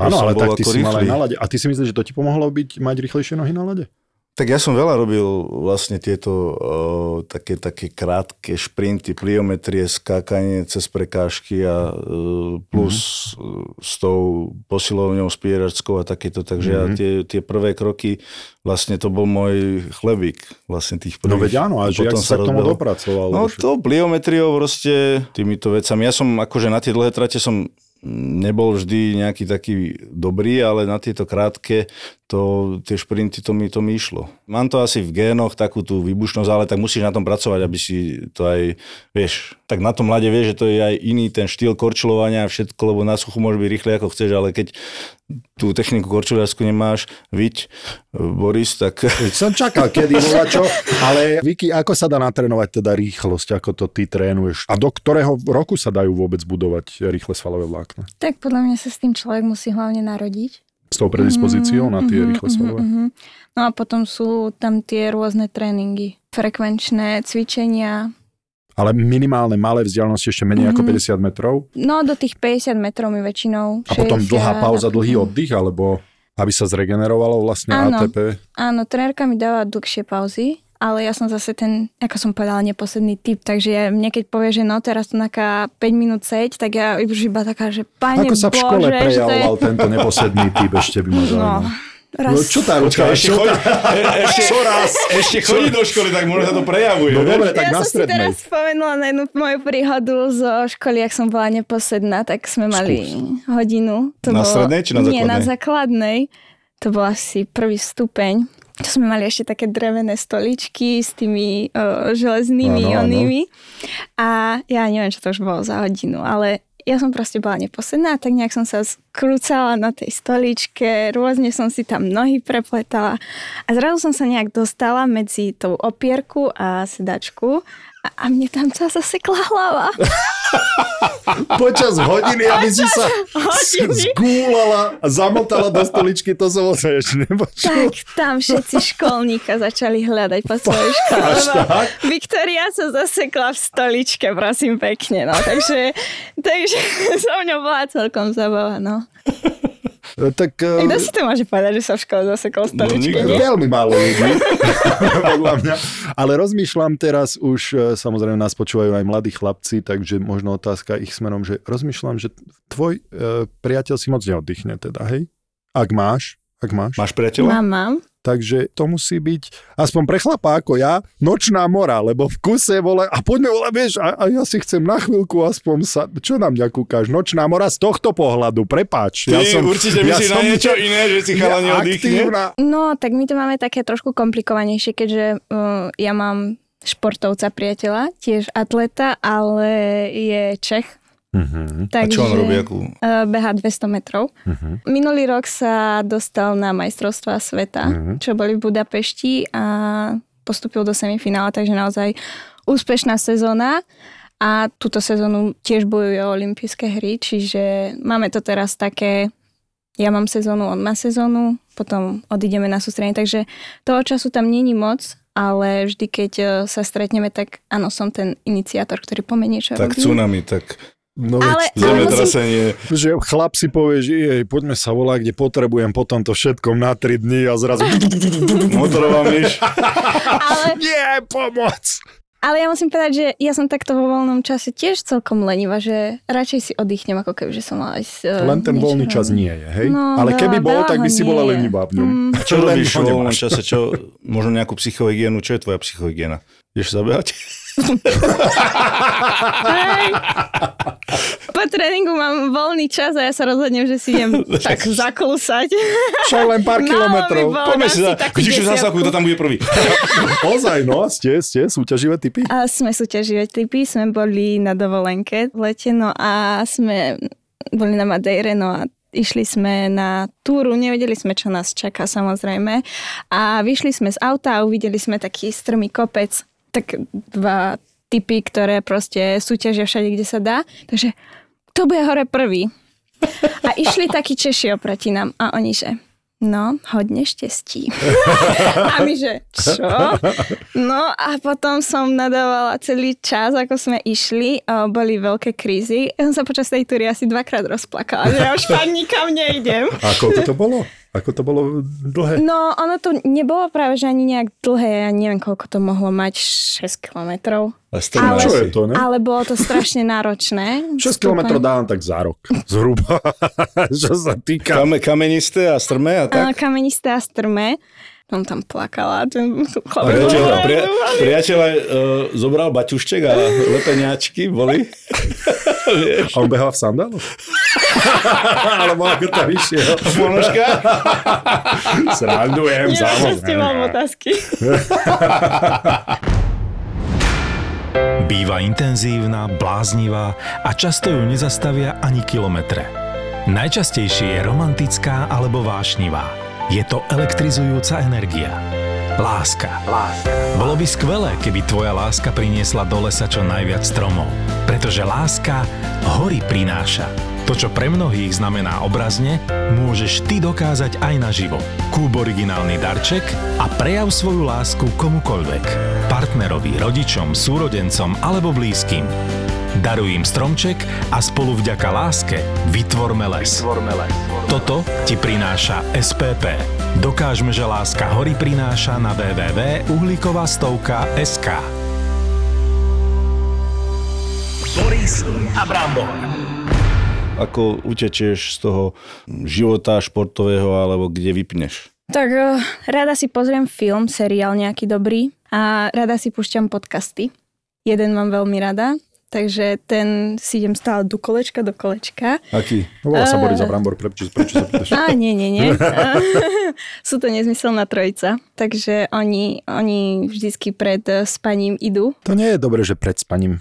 Áno, som ale bol tak ty ako si mal aj rýchly. na lade. A ty si myslíš, že to ti pomohlo byť, mať rýchlejšie nohy na lade? Tak ja som veľa robil vlastne tieto uh, také, také krátke šprinty, pliometrie, skákanie cez prekážky a uh, plus Mhm. mm-hmm. s tou posilovňou spieračskou a takéto. Takže Mhm. mm-hmm. ja tie, tie prvé kroky, vlastne to bol môj chlebík vlastne tých prvých. No veď áno, a že jak Potom si sa k tomu rozbehol. dopracoval? No lebo však- to pliometriou proste týmito vecami. Ja som akože na tie dlhé trate som nebol vždy nejaký taký dobrý, ale na tieto krátke to, tie šprinty, to mi, to mi išlo. Mám to asi v génoch, takú tú výbušnosť, ale tak musíš na tom pracovať, aby si to aj, vieš, tak na tom mlade vieš, že to je aj iný ten štýl korčulovania a všetko, lebo na suchu môže byť rýchle ako chceš, ale keď tú techniku korčuliarsku nemáš, viď, Boris, tak Som čakal, kedy bola čo, ale Viki, ako sa dá natrénovať teda rýchlosť, ako to ty trénuješ? A do ktorého roku sa dajú vôbec budovať rýchle svalové vlákna? Tak podľa mňa sa s tým človek musí hlavne narodiť. S tou predispozíciou na tie Mm-hmm, rýchle svalové? Mhm, No a potom sú tam tie rôzne tréningy. Frekvenčné cvičenia. Ale minimálne malé vzdialenosti, ešte menej ako 50 metrov. No do tých 50 metrov mi väčšinou. Mhm. A potom 60 dlhá pauza, potom- dlhý oddych, alebo aby sa zregenerovalo vlastne Áno. ATP. Áno, trenérka mi dáva dlhšie pauzy, ale ja som zase ten, ako som povedala, neposledný typ, takže ja, mne keď povie, že no teraz to naká 5 minút seď, tak ja už iba taká, že pane Ako sa v Bože, škole že to je... prejavoval tento neposledný typ, ešte by ma No, zaujímalo. raz. No, čo tá ruka? Ešte čo chodí, e- tá- ešte, ešte chodí do školy, tak možno sa to prejavuje. No vieš? dobre, tak ja na som si strednej. teraz spomenula na jednu moju príhodu zo školy, ak som bola neposledná, tak sme mali hodinu. To bolo- Na strednej či na Nie, základnej? na základnej. To bol asi prvý stupeň. To sme mali ešte také drevené stoličky s tými o, železnými Áno, áno. ano, onými. A ja neviem, čo to už bolo za hodinu, ale ja som proste bola neposledná, tak nejak som sa skrúcala na tej stoličke, rôzne som si tam nohy prepletala a zrazu som sa nejak dostala medzi tou opierku a sedačku a, a mne tam sa zasekla hlava. Počas hodiny, aby si sa hodiny. zgúlala a zamotala do stoličky, to som ozaj ešte nepočul. tak tam všetci školníka začali hľadať po svojej škole. Až lebo tak? Viktoria sa zasekla v stoličke, prosím pekne. No. Takže, takže so mňou bola celkom zabava. No. E, Tak e, Tak Kto si to môže povedať, že sa v škole zasekol v stoličke? No, nikto. nie? Veľmi málo ľudí, podľa mňa. Ale rozmýšľam teraz už, e, samozrejme nás počúvajú aj mladí chlapci, takže možno otázka ich smerom, že rozmýšľam, že tvoj e, priateľ si moc neoddychne teda, hej? Ak máš, ak máš. Máš priateľa? Mám, mám. Takže to musí byť, aspoň pre chlapa ako ja, nočná mora, lebo v kuse vole, a poďme vole, vieš, a, a ja si chcem na chvíľku aspoň sa, čo na mňa kúkaš, nočná mora z tohto pohľadu, prepáč. Ty určite myslíš na niečo iné, že si chalani ja oddychne? aktívna- No, tak my to máme také trošku komplikovanejšie, keďže uh, ja mám športovca priateľa, tiež atleta, ale je Čech. Mm-hmm. A čo on robí? Akú? Uh, beha 200 metrov. Uh-huh. Minulý rok sa dostal na majstrovstvá sveta, uh-huh. čo boli v Budapešti a postúpil do semifinále, takže naozaj úspešná sezóna. A túto sezónu tiež bojuje o olympijské hry, čiže máme to teraz také, ja mám sezónu, on má sezónu, potom odídeme na sústredenie, takže toho času tam není moc, ale vždy, keď e, sa stretneme, tak áno, som ten iniciátor, ktorý pomenie, čo robím. Tak tsunami, tak Mhm. No, veď Ale, ale musím zemetrasenie. že chlap si povie, že jej, poďme sa volať, kde potrebujem potom to všetkom na 3 dní a zrazu Motorová myš. Ale, nie, pomoc. ale ja musím povedať, že ja som takto vo voľnom čase tiež celkom lenivá, že radšej si oddychnem, ako keby, že som mala ísť... e, Len ten niečo voľný robiť. čas nie je, hej? No, Ale keby veľa- bol, veľa tak by ho si nie bola je. lenivá v ňom. Mm. Čo Len robíš ho v nemáš. voľnom čase? Čo, možno nejakú psychohygienu? Čo je tvoja psychohygiena? Ideš zabehať? Hej. Po tréningu mám voľný čas a ja sa rozhodnem, že si idem tak zaklusať. Čo len pár Málo mi kilometrov. bolo, Poďme dám si za... No, takú Vidíš, že desiatku. zásaku, kto tam bude prvý. Ozaj, no, ste, ste súťaživé typy. A sme súťaživé typy, sme boli na dovolenke v lete, no a sme boli na Madeire, no a išli sme na túru, nevedeli sme, čo nás čaká samozrejme. A vyšli sme z auta a uvideli sme taký strmý kopec, tak dva typy, ktoré proste súťažia všade, kde sa dá. Takže to bude hore prvý. A išli takí Češi oproti nám a oni, že no, hodne štestí. A my, že čo? No a potom som nadávala celý čas, ako sme išli, a boli veľké krízy. Ja som sa počas tej túry asi dvakrát rozplakala, že ja už fakt nikam nejdem. A koľko to bolo? Ako to bolo dlhé? No, ono to nebolo práve, že ani nejak dlhé, ja neviem, koľko to mohlo mať, 6 kilometrov. A strná Čo si. je to, ne? Ale bolo to strašne náročné. 6 km dávam tak za rok. Zhruba. Čo sa týka. Kame, kamenisté a strmé a tak? Áno, kamenisté a strmé. Som tam plakala. Ten chlapec bol Priateľa, veľmi pria, priateľa uh, zobral baťušček a lepeňáčky boli. A on behal v sandáloch? Alebo ako to vyšiel? Ponožka. Srandujem, Neviem, čo ste mám samozrejme. otázky. Býva intenzívna, bláznivá a často ju nezastavia ani kilometre. Najčastejšie je romantická alebo vášnivá. Je to elektrizujúca energia. Láska. Láska. Bolo by skvelé, keby tvoja láska priniesla do lesa čo najviac stromov. Pretože láska hory prináša. To, čo pre mnohých znamená obrazne, môžeš ty dokázať aj naživo. Kúp originálny darček a prejav svoju lásku komukoľvek. Partnerovi, rodičom, súrodencom alebo blízkym. Daruj im stromček a spolu vďaka láske vytvorme les. Vytvorme les. Toto ti prináša SPP. Dokážme, že láska hory prináša na www.uhlíkovastovka.sk Boris Abramov Ako utečieš z toho života športového, alebo kde vypneš? Tak eh, rada si pozriem film, seriál nejaký dobrý a rada si púšťam podcasty. Jeden mám veľmi rada, takže ten si idem stále do kolečka, do kolečka. Aký? No, Volá Ehm. sa Boris Brambor, prečo, prečo sa pýtaš? Á, nie, nie, nie. Sú to nezmyselná trojica. Takže oni, oni vždycky pred eh, spaním idú. To nie je dobre, že pred spaním,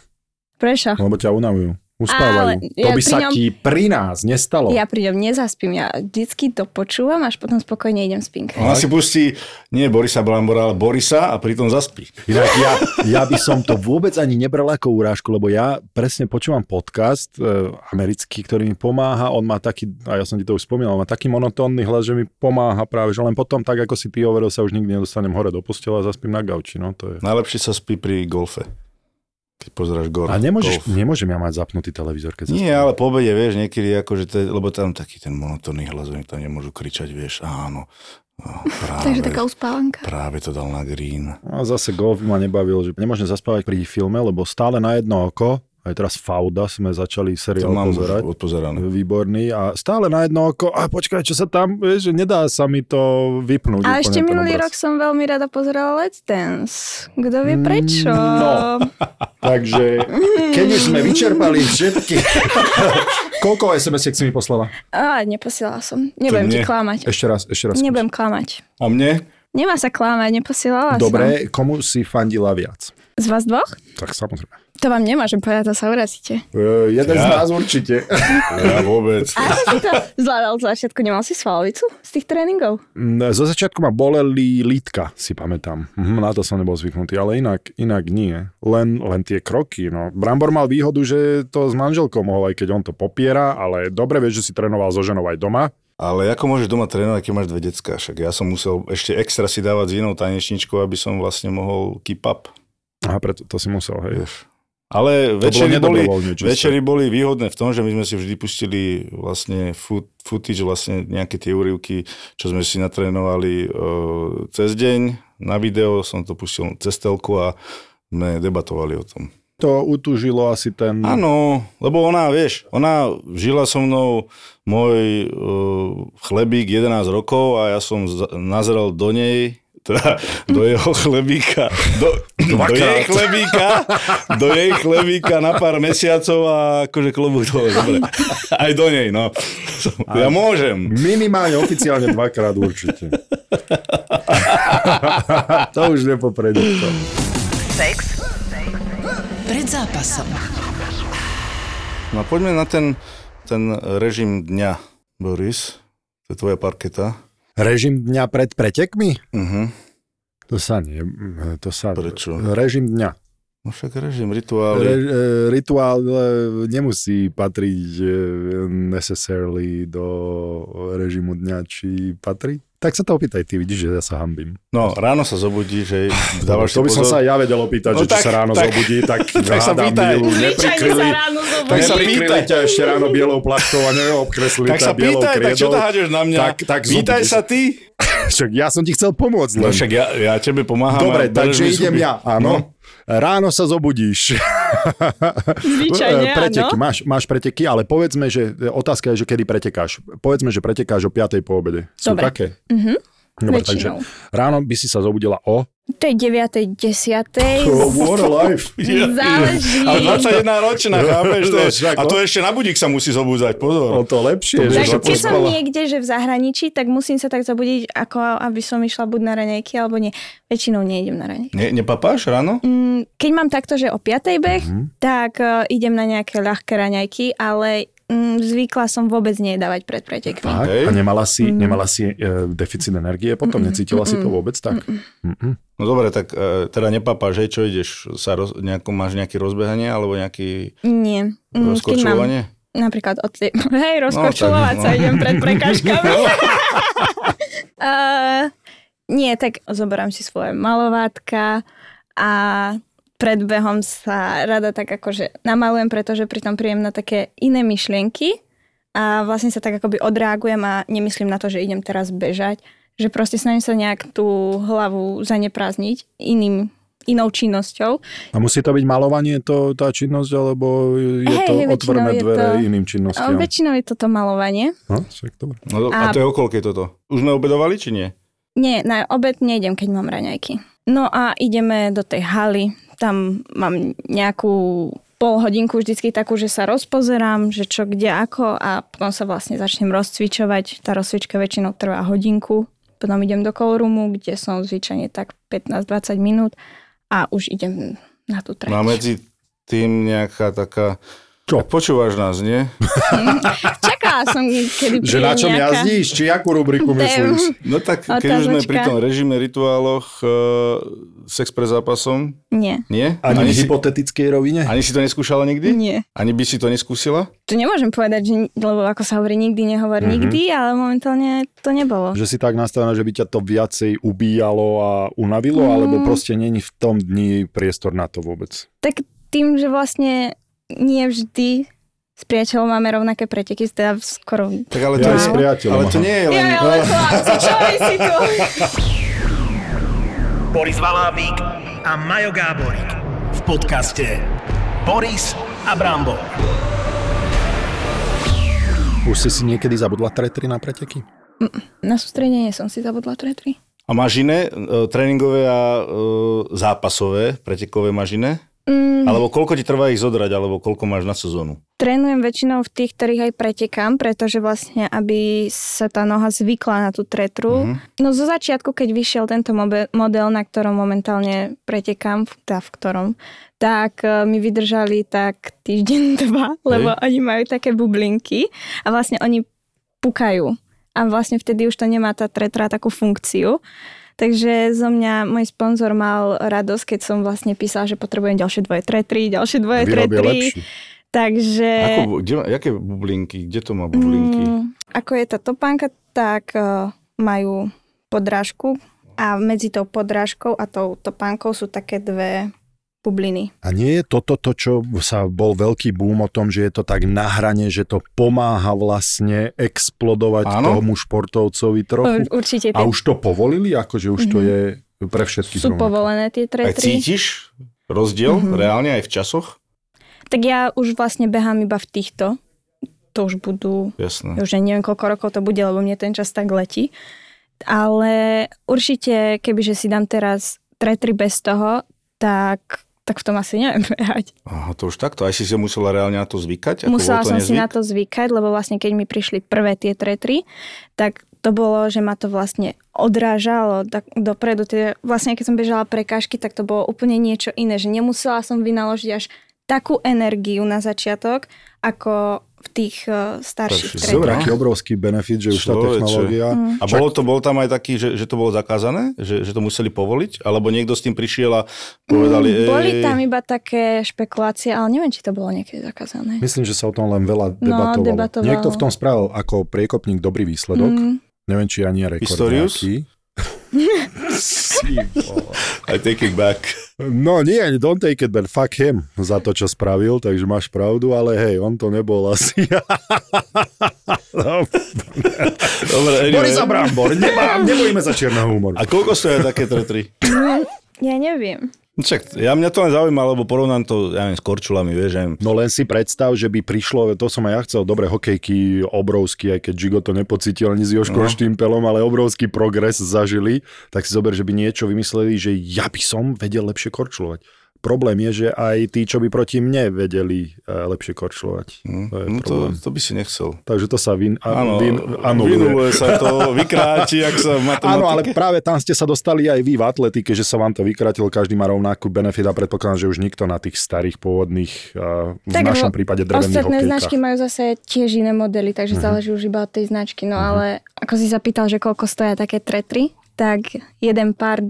Prečo? lebo ťa unavujú. Uspávajú. Ale to ja by pri sa ňom- ti pri nás nestalo. Ja pri ňom nezaspím, ja vždycky to počúvam, až potom spokojne idem spinkať. Ona si pustí nie Borisa Brambora, ale Borisa a pritom zaspí. Inak ja, ja by som to vôbec ani nebral ako úrážku, lebo ja presne počúvam podcast e, americký, ktorý mi pomáha, on má taký, a ja som ti to už spomínal, on má taký monotónny hlas, že mi pomáha práve, že len potom, tak ako si ty overil, sa už nikdy nedostanem hore do postela a zaspím na gauči, no to je. Najlepšie sa spí pri golfe. Keď pozeráš golf. A nemôžeš, golf. nemôžem ja mať zapnutý televízor, keď Nie, zaspím. ale po obede, vieš, niekedy akože, to, je- lebo tam taký ten monotónny hlas, oni tam nemôžu kričať, vieš, áno. No, práve, Takže taká uspávanka. práve to dal na green. A zase golf ma nebavil, že nemôžem zaspávať pri filme, lebo stále na jedno oko, aj teraz Fauda sme začali To seriál mám pozerať. už odpozerané. Výborný a stále na jedno oko, a počkaj, čo sa tam, vieš, že nedá sa mi to vypnúť. A úplne ešte ten minulý rok obraz. som veľmi rada pozerala Let's Dance. Kto vie prečo? Mm, No. Takže, keď už sme vyčerpali všetky... Koľko sms si mi poslala? Á, neposielala som. Nebudem To ti mne. klamať. Ešte raz, ešte raz. Nebudem klamať. A mne? Nemá sa klamať, neposielala som. Dobre, komu si fandila viac? Z vás dvoch? Tak samozrejme. To vám nemôžem povedať, to sa urazíte. E, jeden Ja. z nás určite. Ja vôbec. Ako si to zvládal z začiatku? Nemal si svalovicu z tých tréningov? Mm, Zo začiatku ma boleli lítka, si pamätám. Mhm, na to som nebol zvyknutý, ale inak, inak nie. Len, len tie kroky. No. Brambor mal výhodu, že to s manželkou mohol, aj keď on to popiera, ale dobre vieš, že si trénoval so ženou aj doma. Ale ako môžeš doma trénovať, keď máš dve decka? Však ja som musel ešte extra si dávať s inou tanečničkou, aby som vlastne mohol keep up. Aha, preto to si musel, hej. Vieš. Ale To bolo večery boli, nedobrovoľne, čisté. večery boli výhodné v tom, že my sme si vždy pustili vlastne foot, footage, vlastne nejaké tie úryvky, čo sme si natrénovali e, cez deň. Na video som to pustil cez telku a sme debatovali o tom. To utúžilo asi ten... Áno, lebo ona, vieš, ona žila so mnou môj uh, chlebík 11 rokov a ja som za- nazrel do nej, teda do jeho chlebíka, do, do jej chlebíka, do jej chlebíka na pár mesiacov a akože klobúk dole, dobre. Aj do nej, no. Ja môžem. Minimálne oficiálne dvakrát určite. to už nepopredí to. Pred zápasom. No a poďme na ten, ten režim dňa, Boris. To je tvoja parketa. Režim dňa pred pretekmi? Uh-huh. To sa nie, to sa... Prečo? Režim dňa. No však režim, rituály. Re, e, rituál e, nemusí patriť e, necessarily do režimu dňa, či patrí? Tak sa to opýtaj, ty vidíš, že ja sa hambím. No, ráno sa zobudí, že dávaš to by si som pozor. sa aj ja vedel opýtať, No že tak- či sa ráno tak- zobudí, tak, tak sa hádam, pýtaj. ju neprikryli. ráno Tak sa sa pýtaj. pýtaj. ťa ešte ráno bielou plachtou a neobkreslili tak sa ťa bielou pýtaj, tak čo kriedou. to hádeš na mňa? Tak, tak pýtaj zobudíš. sa ty. Však ja som ti chcel pomôcť No len. však ja, ja tebe pomáham. a Dobre, takže držíš zuby. idem ja, áno. Ráno sa zobudíš. Zvyčajne, E, preteky, áno. máš, máš preteky, ale povedzme, že e, otázka je, že kedy pretekáš. Povedzme, že pretekáš o 5. po obede. Sú Dobre. také? Mhm. Dobre, Väčšinou. takže ráno by si sa zobudila o... Tej 9. 10. what a life! Záleží. Ale 21 ročná, chápeš to? No, však, A to no. ešte na budík sa musí zobúdzať, O pozor. to lepšie, To že bude sa Tak keď som pospala. niekde, že v zahraničí, tak musím sa tak zabudiť, ako aby som išla buď na raňajky, alebo nie. Väčšinou nejdem na raňajky. Ne, nepapáš ráno? Mm, keď mám takto, že o 5. beh, tak uh, idem na nejaké ľahké raňajky, ale mm, zvykla som vôbec nedávať pred pretekmi. Tak, Hej. a nemala si, Mhm. nemala si e, deficit energie potom? Necítila si to vôbec tak? Mhm. No dobre, tak e, teda nepapáš, hej, čo ideš? Sa roz, nejakú, máš nejaké rozbehanie alebo nejaký Nie. Mm, keď mám rozkočovanie? napríklad od tej... Hej, rozkočulovať tak, sa no. idem pred prekažkami. uh, nie, tak zoberám si svoje malovátka a pred behom sa rada tak akože namalujem, pretože pritom príjem na také iné myšlienky a vlastne sa tak akoby odreagujem a nemyslím na to, že idem teraz bežať, že proste snažím sa nejak tú hlavu zaneprázdniť iným, inou činnosťou. A musí to byť malovanie, to, tá činnosť, alebo je Hej, to väčšinou otvorené je dvere to- iným A činnostiam? väčšinou je toto malovanie. No, však dobre. No, do- a A- to je okolke toto. Už neobedovali, či nie? Nie, na obed nejdem, keď mám raňajky. No a ideme do tej haly. Tam mám nejakú pol hodinku vždycky takú, že sa rozpozerám, že čo, kde, ako a potom sa vlastne začnem rozcvičovať. Tá rozcvička väčšinou trvá hodinku. Potom idem do callroomu, kde som zvyčajne tak 15-20 minút a už idem na tú No a trať. medzi tým nejaká taká... Čo? Tak počúvaš nás, nie? Čakala som, kedy Že príde na čom nejaká... jazdíš? Či akú rubriku Damn. myslíš? No tak, keď už sme Otázočka. pri tom režime, rituáloch, uh, sex pred zápasom, Nie, nie? Ani v si, hypotetickej rovine? ani si to neskúšala nikdy? nie. Ani by si to neskúsila? To nemôžem povedať, že, ni- lebo ako sa hovorí, nikdy Mhm. nehovor mm-hmm. nikdy, ale momentálne to nebolo. Že si tak nastavená, že by ťa to viacej ubíjalo a unavilo, Mm. alebo proste není v tom dni priestor na to vôbec? Tak tým, že vlastne nie vždy s priateľom máme rovnaké preteky, teda skoro... Tak ale Ja to, je, aj s priateľom, ale to aha. nie je Ja, len... ale chlapci, čo vy si tu? Boris Valábík a Majo Gáborík v podcaste Boris a Brambo. Už si si niekedy zabudla tretry na preteky? Na sústredenie som si zabudla tretri. A máš iné e, tréningové a e, zápasové, pretekové máš iné? Mm. Alebo koľko ti trvá ich zodrať, alebo koľko máš na sezónu? Trénujem väčšinou v tých, ktorých aj pretekám, pretože vlastne, aby sa tá noha zvykla na tú tretru. Mm-hmm. No zo začiatku, keď vyšiel tento mobe- model, na ktorom momentálne pretekám, v- teda v ktorom, tak e, mi vydržali tak týždeň, dva, lebo oni majú také bublinky a vlastne oni pukajú. A vlastne vtedy už to nemá tá tretra takú funkciu. Takže zo mňa môj sponzor mal radosť, keď som vlastne písala, že potrebujem ďalšie dvoje tretry, ďalšie dvoje Vyrobia tretry. lepší. Takže... Ako, bu- kde, jaké bublinky? Kde to má bublinky? Eh. Mm, ako je tá topánka, tak eh, majú podrážku a medzi tou podrážkou a tou topánkou sú také dve bubliny. A nie je toto to, čo sa bol veľký boom o tom, že je to tak na hrane, že to pomáha vlastne explodovať Áno. tomu športovcovi Ur- trochu? určite tie, A už to povolili? Akože Mhm. už to je pre všetkých sú rovnaké? povolené tie Aj tretry. cítiš rozdiel Mhm. reálne aj v časoch? Tak ja už vlastne behám iba v týchto. To už budú, Jasné. ja už neviem koľko rokov to bude, lebo mne ten čas tak letí. Ale určite, kebyže si dám teraz tretry bez toho, tak, tak v tom asi neviem behať. Aha, to už takto. Aj si si musela reálne na to zvykať? Ako Musela bol to som si nezvyk? na to zvykať, lebo vlastne keď mi prišli prvé tie tretry, tak to bolo, že ma to vlastne odrážalo tak dopredu. Tie, vlastne keď som bežala prekážky, tak to bolo úplne niečo iné, že nemusela som vynaložiť až takú energiu na začiatok, ako v tých eh, starších Starších. Dobre, Dobre. tretroch. aký obrovský benefit, že už tá Človeče. technológia... Mm. A bolo to, bol tam aj taký, že, že to bolo zakázané? Že, že to museli povoliť? Alebo niekto s tým prišiel a povedali... Mm, Boli "Ej, tam iba také špekulácie, ale neviem, či to bolo niekedy zakázané. Myslím, že sa o tom len veľa debatovalo. No, debatovalo. Niekto v tom spravil ako priekopník dobrý výsledok. Mm. Neviem, či ani rekord Pistorius? nejaký. I take it back. No nie, don't take it, but fuck him za to, čo spravil, takže máš pravdu, ale hej, on to nebol asi. no, Dobre, anyway. Boris Abrambor, nemám, nebojíme sa čierneho humoru. A koľko stoja také tretry? Ja neviem. Čak, ja mňa to len zaujíma, lebo porovnám to, ja neviem, s korčulami, vieš, že No len si predstav, že by prišlo, to som aj ja chcel, dobre, hokejky obrovský, aj keď Žigo to nepocítil ani s Joškom no. Štýmpelom, ale obrovský progres zažili, tak si zober, že by niečo vymysleli, že ja by som vedel lepšie korčulovať. Problém je, že aj tí, čo by proti mne vedeli e, lepšie korčulovať. To je no to, problém. to by si nechcel. Takže to sa vin, a, Áno, vin, anuluje. vynuluje sa to, vykráti, ak sa v matematike. Áno, ale práve tam ste sa dostali aj vy v atletike, že sa vám to vykratil, každý má rovnakú benefit a predpokladám, že už nikto na tých starých pôvodných, a v Tak, našom lebo prípade drevených Mhm. Ostatné hokejkách. značky majú zase tiež iné modely, takže uh-huh. záleží už iba od tej značky. Mhm. No uh-huh. ale ako si zapýtal, že koľko stoja také tretry, tak jeden pár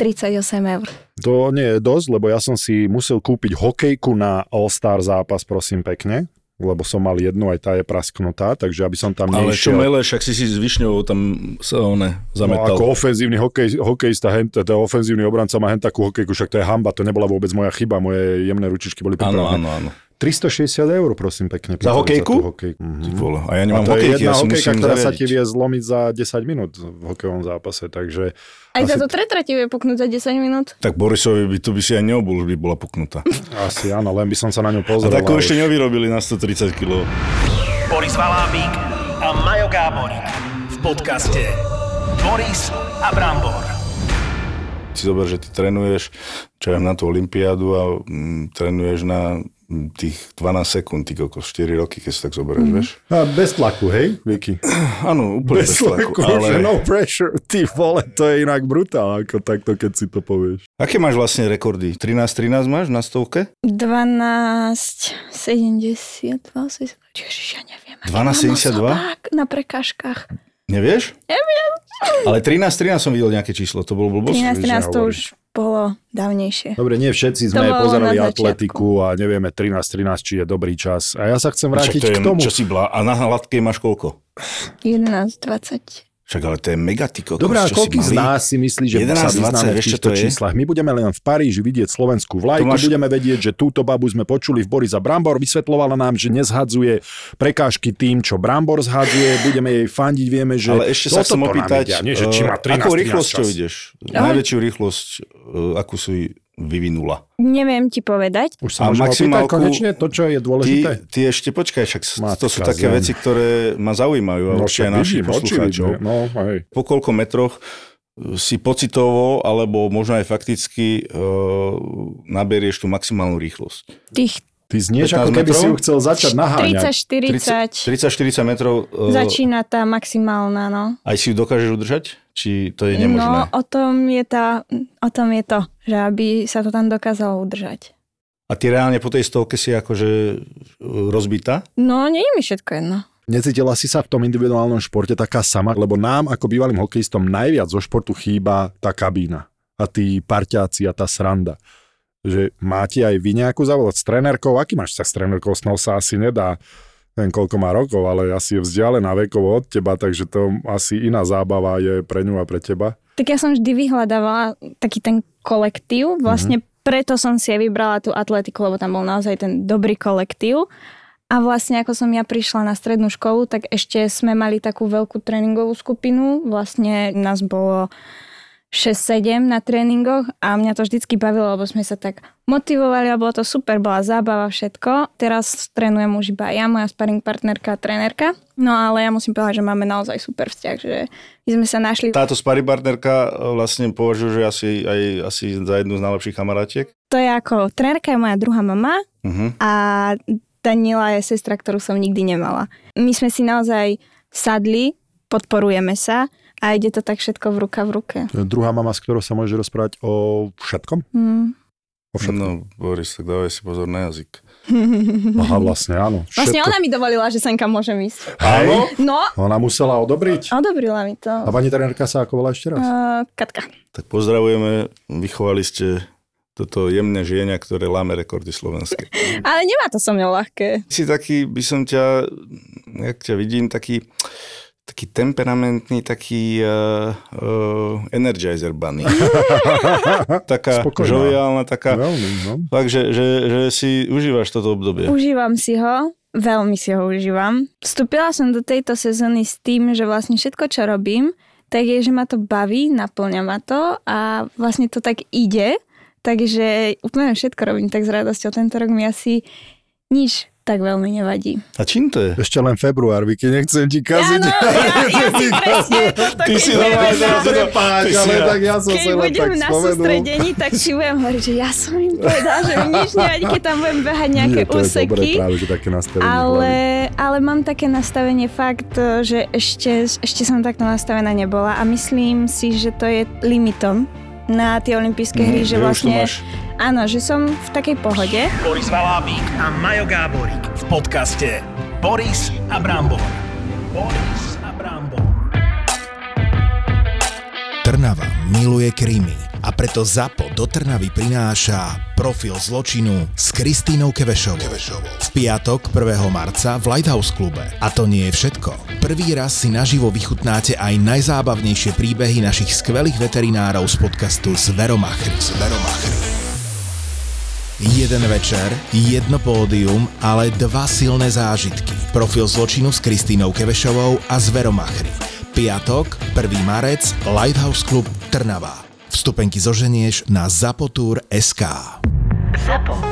238 eur. To nie je dosť, lebo ja som si musel kúpiť hokejku na All-Star zápas, prosím pekne, lebo som mal jednu, aj tá je prasknutá, takže aby som tam Ale čo nešiel. mele, však si si s Višňovou tam sa one No zametal. ako ofenzívny hokej, hokejista, hen, teda ofenzívny obranca má hen takú hokejku, však to je hamba, to nebola vôbec moja chyba, moje jemné ručičky boli Áno, pripravené. áno, áno. 360 eur, prosím pekne. Za hokejku? tú hokejku. Ty Mhm. vole, a ja A nemám to je hokejky, jedna ja si hokejka, musím ktorá sa ti zariadiť. vie zlomiť za 10 minút v hokejovom zápase, takže... Aj asi, táto treta ti vie puknúť za 10 minút. Tak Borisovi by to by si aj neobul, už by bola puknutá. asi áno, len by som sa na ňu A pozrel. takú ale ešte už- nevyrobili na 130 kg. Boris Valábík a Majo Gáborík v podcaste Boris a Brambor. si zober, že ty trénuješ, čo ja viem, na tú olympiádu a mm, trénuješ na mm, tých 12 sekúnd, ty kokos, 4 roky, keď si tak zoberieš, mm. vieš? A bez tlaku, hej, Vicky? Áno, úplne Mhm. Bez tlaku, ale... že no pressure. Ty vole, to je inak brutál, ako takto, keď si to povieš. Aké máš vlastne rekordy? 13-13 máš na stovke? 12, 72, 80, Ježiš, ja neviem. aké mám 12,72? osobák Na prekážkach. Nevieš? Neviem. Ale 13-13 som videl nejaké číslo, to bolo 13, blbosť. vieš, že 13 to už hovoríš. bolo dávnejšie. Dobre, nie všetci To sme bolo pozerali na začiatku. atletiku a nevieme 13-13, či je dobrý čas. A ja sa chcem vrátiť Však to je, k tomu. Čo si blá... A na hladkej máš koľko? 11, 20. Však ale to je mega ty kokos, Dobrá, čo si koľký z malý? nás si myslí, že 11, 11, sa 20, vyznáme v vieš, čo týchto to je? číslach? My budeme len v Paríži vidieť slovenskú vlajku, To máš- máš... budeme vedieť, že túto babu sme počuli v Boriza Brambor, vysvetlovala nám, že nezhadzuje prekážky tým, čo Brambor zhadzuje, budeme jej fandiť, vieme, že... Ale ešte sa chcem toto to nám opýtať, ide, a nie, že či má eh, 13, akou rýchlosťou čas. ideš? Najväčšiu rýchlosť, eh, akú si vyvinula. Neviem ti povedať. Už A sa môžeme opýtať maximálku- konečne to, čo je dôležité? Ty, ty ešte počkaj, však s- to sú Matka také zem. veci, ktoré ma zaujímajú a určite aj No, však No, našich vidím, poslucháčov. očividne. No, hej. Po koľko metroch e, si pocitovo alebo možno aj fakticky e, naberieš tú maximálnu rýchlosť. Tých Ty znieš, 15 ako keby metrov? si ju chcel začať naháňať. 30, 40 30-40 metrov e, začína tá maximálna, no. aj si ju dokážeš udržať? Či to je nemožné? No, o tom je, tá, o tom je to, že aby sa to tam dokázalo udržať. A ty reálne po tej stovke si akože e, rozbitá? No, nie je mi všetko jedno. Necítila si sa v tom individuálnom športe taká sama, lebo nám ako bývalým hokejistom najviac zo športu chýba tá kabína a tí parťáci a tá sranda. Že máte aj vy nejakú závodať s trenérkou? Aký máš sa s trenérkou? Snou sa asi nedá ten koľko má rokov, ale asi je vzdialená vekovo od teba, takže to asi iná zábava je pre ňu a pre teba. Tak ja som vždy vyhľadávala taký ten kolektív, vlastne mm-hmm. preto som si aj vybrala tú atletiku, lebo tam bol naozaj ten dobrý kolektív. A vlastne ako som ja prišla na strednú školu, tak ešte sme mali takú veľkú tréningovú skupinu. Vlastne nás bolo 6-7 na tréningoch a mňa to vždycky bavilo, lebo sme sa tak motivovali a bolo to super, bola zábava, všetko. Teraz trénujem už iba ja, moja sparing partnerka a trénerka. No ale ja musím povedať, že máme naozaj super vzťah, že my sme sa našli Táto spary partnerka e, vlastne považujú, že asi, aj, asi za jednu z najlepších kamarátiek? To je ako, trenérka je moja druhá mama Mhm. a Daniela je sestra, ktorú som nikdy nemala. My sme si naozaj sadli, podporujeme sa a ide to tak všetko v ruka v ruke. Druhá mama, s ktorou sa môže rozprávať o všetkom? Hmm. O všetkom. No, Boris, tak dávaj si pozor na jazyk. Aha, vlastne áno. Vlastne všetko. ona mi dovolila, že senka môžem ísť. Áno? No, Ona musela odobriť. odobrila mi to. A pani trenérka sa ako volá ešte raz? Uh, Katka. Tak pozdravujeme, vychovali ste toto jemné žienia, ktoré láme rekordy slovenské. Ale nemá to so mňou ľahké. Si taký, by som ťa, jak ťa vidím, taký, taký temperamentný, taký uh, uh, energizer bunny. taká Spokojná. žoviálna, taká... Veľmi, no. Fakt, že, že, že si užívaš toto obdobie. Užívam si ho, veľmi si ho užívam. Vstúpila som do tejto sezóny s tým, že vlastne všetko, čo robím, tak je, že ma to baví, naplňa ma to a vlastne to tak ide. Takže úplne všetko robím tak s radosťou. Tento rok mi asi nič tak veľmi nevadí. A čím to je? Ešte len február, Vicky, nechcem ti kaziť. No, Áno, ja, ja si presne toto, keď budeme na, Prepáč, Ty si ale na- tak ja som keď sa len tak budem na spomenul. sústredení, tak si budem hovoriť, že ja som im povedal, že mi nič nevadí, keď tam budem behať nejaké Nie, to je dobré úseky. práve, že také nastavenie Ale, hlavy. ale mám také nastavenie fakt, e, že ešte, ešte som takto nastavená nebola a myslím si, že to je limitom na tie olympijské hry, že Mhm, už to vlastne... máš. Áno, že som v takej pohode. Boris Valábík a Majo Gáborík v podcaste Boris a Brambor. Boris a Brambor. Trnava miluje krímy a preto ZAPO do Trnavy prináša profil zločinu s Kristínou Kevešovou. V piatok 1. marca v Lighthouse klube. A to nie je všetko. Prvý raz si naživo vychutnáte aj najzábavnejšie príbehy našich skvelých veterinárov z podcastu Zveromachry. Zveromachry. Jeden večer, jedno pódium, ale dva silné zážitky. Profil zločinu s Kristínou Kevešovou a s Veromachry. Piatok, 1. marec, Lighthouse Club Trnava. Vstupenky zoženieš na zapotur.sk. Zapo.